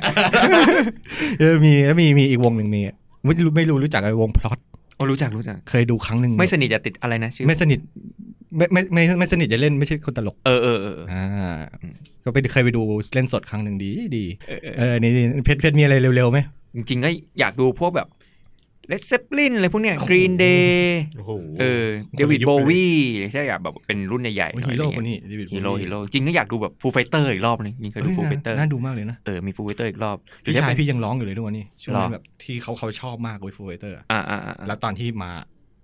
C: เออมีแล้วมีมีอีกวงหนึ่งมีไม่รู้ไม่รู้รู้จักไอ้วงพลอต
D: โอ้รู้จักรู้จัก
C: เคยดูครั้งหนึ่ง
D: ไม่สนิทจะติดอะไรนะชื่อ
C: ไม่สนิทไม่ไม่ไม่ไม่สนิทจะเล่นไม่ใช่คนตลก
D: เออเออเออ
C: อ่า
D: อืม
C: ก็ไปเคยไปดูเล่นสดครั้งหนึ่งดีดี
D: เออเออ
C: เออนี่นี่เพชรเพชรมีอะไรเร็วๆไหม
D: จริงๆก็อยากดูพวกแบบเลดเซปลินอะไรพวกเนี้ยกรีนเดย์
F: โอ้โห
D: เออ
C: ค
D: เด
C: นละ
D: วิด
C: ยุค
D: โบ
C: เลย
D: วีถ้าอยากแบบเป็นรุ่นใหญ่ๆห
C: โอ้ย
D: น่อย
C: ฮี
D: อะไร
C: โร่คน
D: เงี้ย
C: นี้ David
D: ฮีโร่
C: Bowie
D: ฮีโร่จริงก็อยากดูแบบฟูลไฟเตอร์อีกรอบนึงจริงเคยดู
C: อ้
D: ฟูลไฟเตอร์
C: น่าดูมากเลยนะ
D: เออมีฟูลไฟเตอร์อีกรอบ
C: พี่
D: เดี๋ว
C: ชา
D: จะ
C: ย
D: เป็น
C: พี่ยังร้องอยู่เลยด้วยนี่ช่วง
D: ห
C: นั้
D: รอ
C: นแบบที่เขาเขาชอบมากเว้ยฟูเวเตอร์
D: อ่าอ่าอ่า
C: แล้วตอนที่มา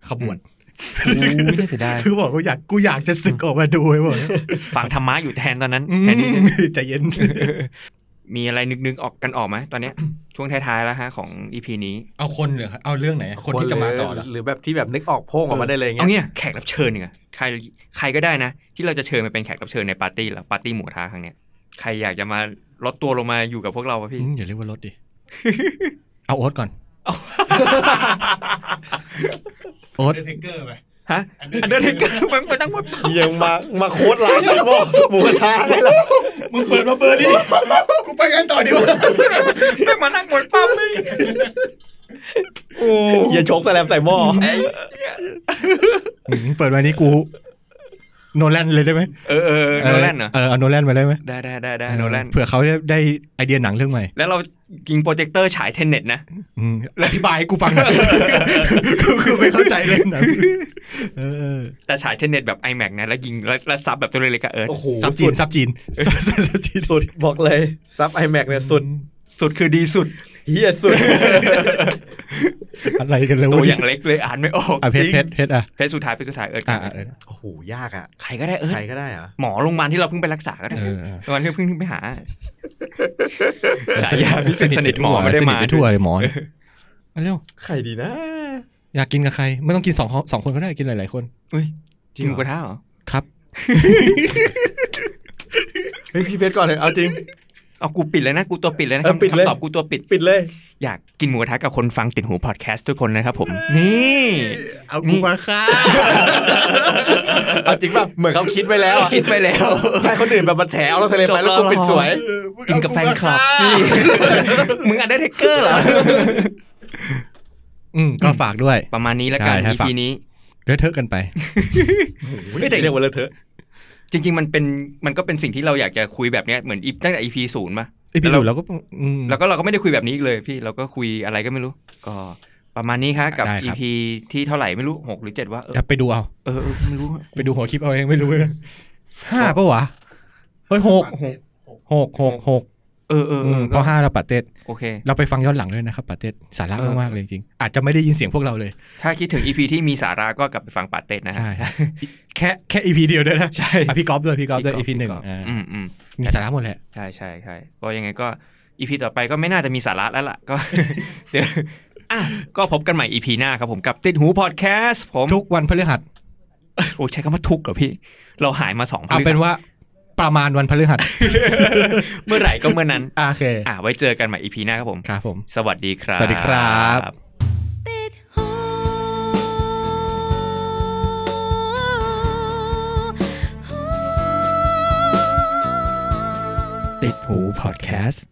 C: ขบวน
D: โอ้ยน่าเสียดาย
C: คือบอกกูอยากกูอยากจะสึกออกมาดูไอ้บอก
D: ฟังธรรมะอยู่แทนตอนนั้น
C: อืม
D: แทนที่จะ
C: ใจเย็น
D: มีอะไรนึกๆออกกันออกไหมตอนเนี้ย ช่วงท้ายๆแล้วฮะของอีพีนี้
C: เอาคนเหรอเอาเรื่องไหน คนที่จะมาต่อ
F: หรื
C: ละ
F: หรือแบบที่แบบนึกออกโพ่งออกมาได้เลย
D: เอา
F: เงี้ย
D: เนี่ยแขกรับเชิญเนี่ยใครใครก็ได้นะ ที่เราจะเชิญมาเป็นแขกรับเชิญในปาร์ตี้แล้วปาร์ตี้หมูกระท้าครั้งเนี้ยใครอยากจะมาลดตัวลงมาอยู่กับพวกเราปะพี่
C: อืมอย่าเรียกว่ารถดิ เอาโอ๊ต ก่อนโอ๊ต
D: ฮะอันเดอร์เทเกอร์มันมันต้องมา
F: เยี่ยมมามาโค้ดไลน์ใช่ปะหมูกระทะไงล่ะ
C: มึงเปิดมาเปิดดิกูไปกันต่อดีกว่า
D: ไม่มานั่งหมดปั๊มเลยโอ้
F: อย่าชกแสลมใส่หม้อ
D: ไอ้
C: อืมเปิดมานี่กู โนแลนเลยได้ไหม
D: เออเออโนแลนเหรอ
C: เออเอาโนแลนมาได้ไหม
D: ได้ได้ได้ได้โนแลน
C: เผื่อเขาจะได้ไอเดียหนังเรื่องใหม่
D: แล้วเรายิงโปรเจคเตอร์ฉายเทนเน็ตนะ
C: อืมอธิบายให้กูฟังหน่อยกูกูไม่เข้าใจเลยหนังเออ
D: แต่ฉายเทนเน็ตแบบ iMac นะ แล้วยิงแล้วแล้วซับแบบตัวเล็กๆอะเออ
F: โอ้โห
C: ซับจีนซับจีนซับซับจีน
F: สุดบอกเลยซับไอแม็กเนี่ยสุด
D: สุดคือดีสุด
F: เฮียสุด
C: อะไรกันแล้ว
D: ตัว
C: วะ
D: อ
C: เนี่
D: ย่างเล็กเลยอ่านไม่ออก
C: อ่ะเพชรเพชรเพชรอ่ะ
D: เพจสุดท้ายเพจสุดท้ายเออ
C: อ่ะอ่ะเออ
F: โอ้โหยากอ่ะ
D: ใครก็ได้เออ
F: ใครก็ได้อ่ะ
D: หมอโรงพยาบาลที่เราเพิ่งไปรักษาก็ได้
C: เออเออ
D: โรงพยาบาลที่เพิ่งไปหาฉายาพิเศษสนิทหมอไม่ได้มา
C: สนิทปทั่วเลยหมอเนี่ยเอาเร็ว
F: ใครดีนะ
C: อยากกินกับใคร ไม่ต้องกินสองคนสองคนก็ได้กินหลายๆคน
D: จริงหมูกระทะเหรอ
C: ครับ
F: เฮ้ยพี่เพชรก่อนเลยเอาจริง
D: เอากูปิดเลยนะกูตัวปิดเลยนะ
F: เออปิดเลย
D: คำตอบกูตัวปิด
F: ปิดเลย
D: อยากกินหมูกระทะกับคนฟังติดหูพอดแคสต์ทุกคนนะครับผม นี่
C: เอากูมาค่ะ
F: เอาจริงป่ะ เหมือนเขาคิดไว้แล้วอะ
D: คิดไปแล้ว
F: ให้คนอื่นแบบมาแถวเราทะเล
D: จบ
F: ไปแล้วกู
D: แล้ว
F: ปิดสวย
D: กินกับแฟนคลับนี่มึงอันได้เทคเกอร์เหรอ
C: อืมก็ฝากด้วย
D: ประมาณนี้แล้วกัน
C: ใช่ครับ
D: EP นี้
C: เดี๋ยวเทอะกันไป
D: ไม่แต่
F: เรียกว่าเลอะเทอะ
D: จริง ๆ มันเป็นมันก็เป็นสิ่งที่เราอยากจะคุยแบบเนี้ยเหมือนอีตั้งแต่ EP ศูนย์มา
C: ไอพี่สุเราก็อืม
D: แล้วก็เราก็ไม่ได้คุยแบบนี้อีกเลยพี่เราก็คุยอะไรก็ไม่รู้ ก็ประมาณนี้ครับกับ
C: ได้ครับ
D: EP ที่เท่าไหร่ไม่รู้หกหรือเจ็ดว่าเออ
C: อ่ะไปดูเอา
D: เออเออไม่รู้อะ
C: ไปดูหัวคลิปเอาเองไม่รู้เลยห้าปะวะเฮ้ยหก
D: หก
C: หกหกหก
D: เออเออเอ
C: อืม
D: อ
C: เพราะห้าเราปาเต็ด
D: โอเค
C: เราไปฟังย้อนหลังด้วยนะครับปาเต็ดสาระ
D: เออ
C: มากๆเลยจริงอาจจะไม่ได้ยินเสียงพวกเราเลย
D: ถ้าคิดถึง EP ที่มีสาระก็กลับไปฟังปาเต้นะฮะ
C: ใช่แค่แค่อีพีเดียวด้วยนะ
D: ใช่
C: อ่ะพี่ก๊อฟด้วยพี่ก๊อฟด้วยอีพีหนึ่ง
D: ก๊ฟ
C: อ่า
D: อืมอืม
C: มีสาระหมดแหละ
D: ใช่ใช่ใช่ก็ยังไงก็ EP ต่อไปก็ไม่น่าจะมีสาระแล้วล่ะก็ เดี๋ยวอ่ะก็พบกันใหม่ EP หน้าครับผมกับติดหูพอดแคสต์ผม
C: ทุกวันพฤหัส
D: โอ้ใช้คำว่าทุกข์เหรอพี่ เราหายมาสองพฤ
C: เอา
D: หัส
C: เป็นว่าประมาณวันพฤหัส
D: เมื่อไหร่ก็เมื่อนั้น
C: อ่ะโอเค
D: อ่ะไว้เจอกันใหม่ EP หน้าครับผม
C: ครับผม
D: สวัสดีครับ
C: สวัสดีครับ
A: ติดหูหู
B: ติดหูพอดแคสต์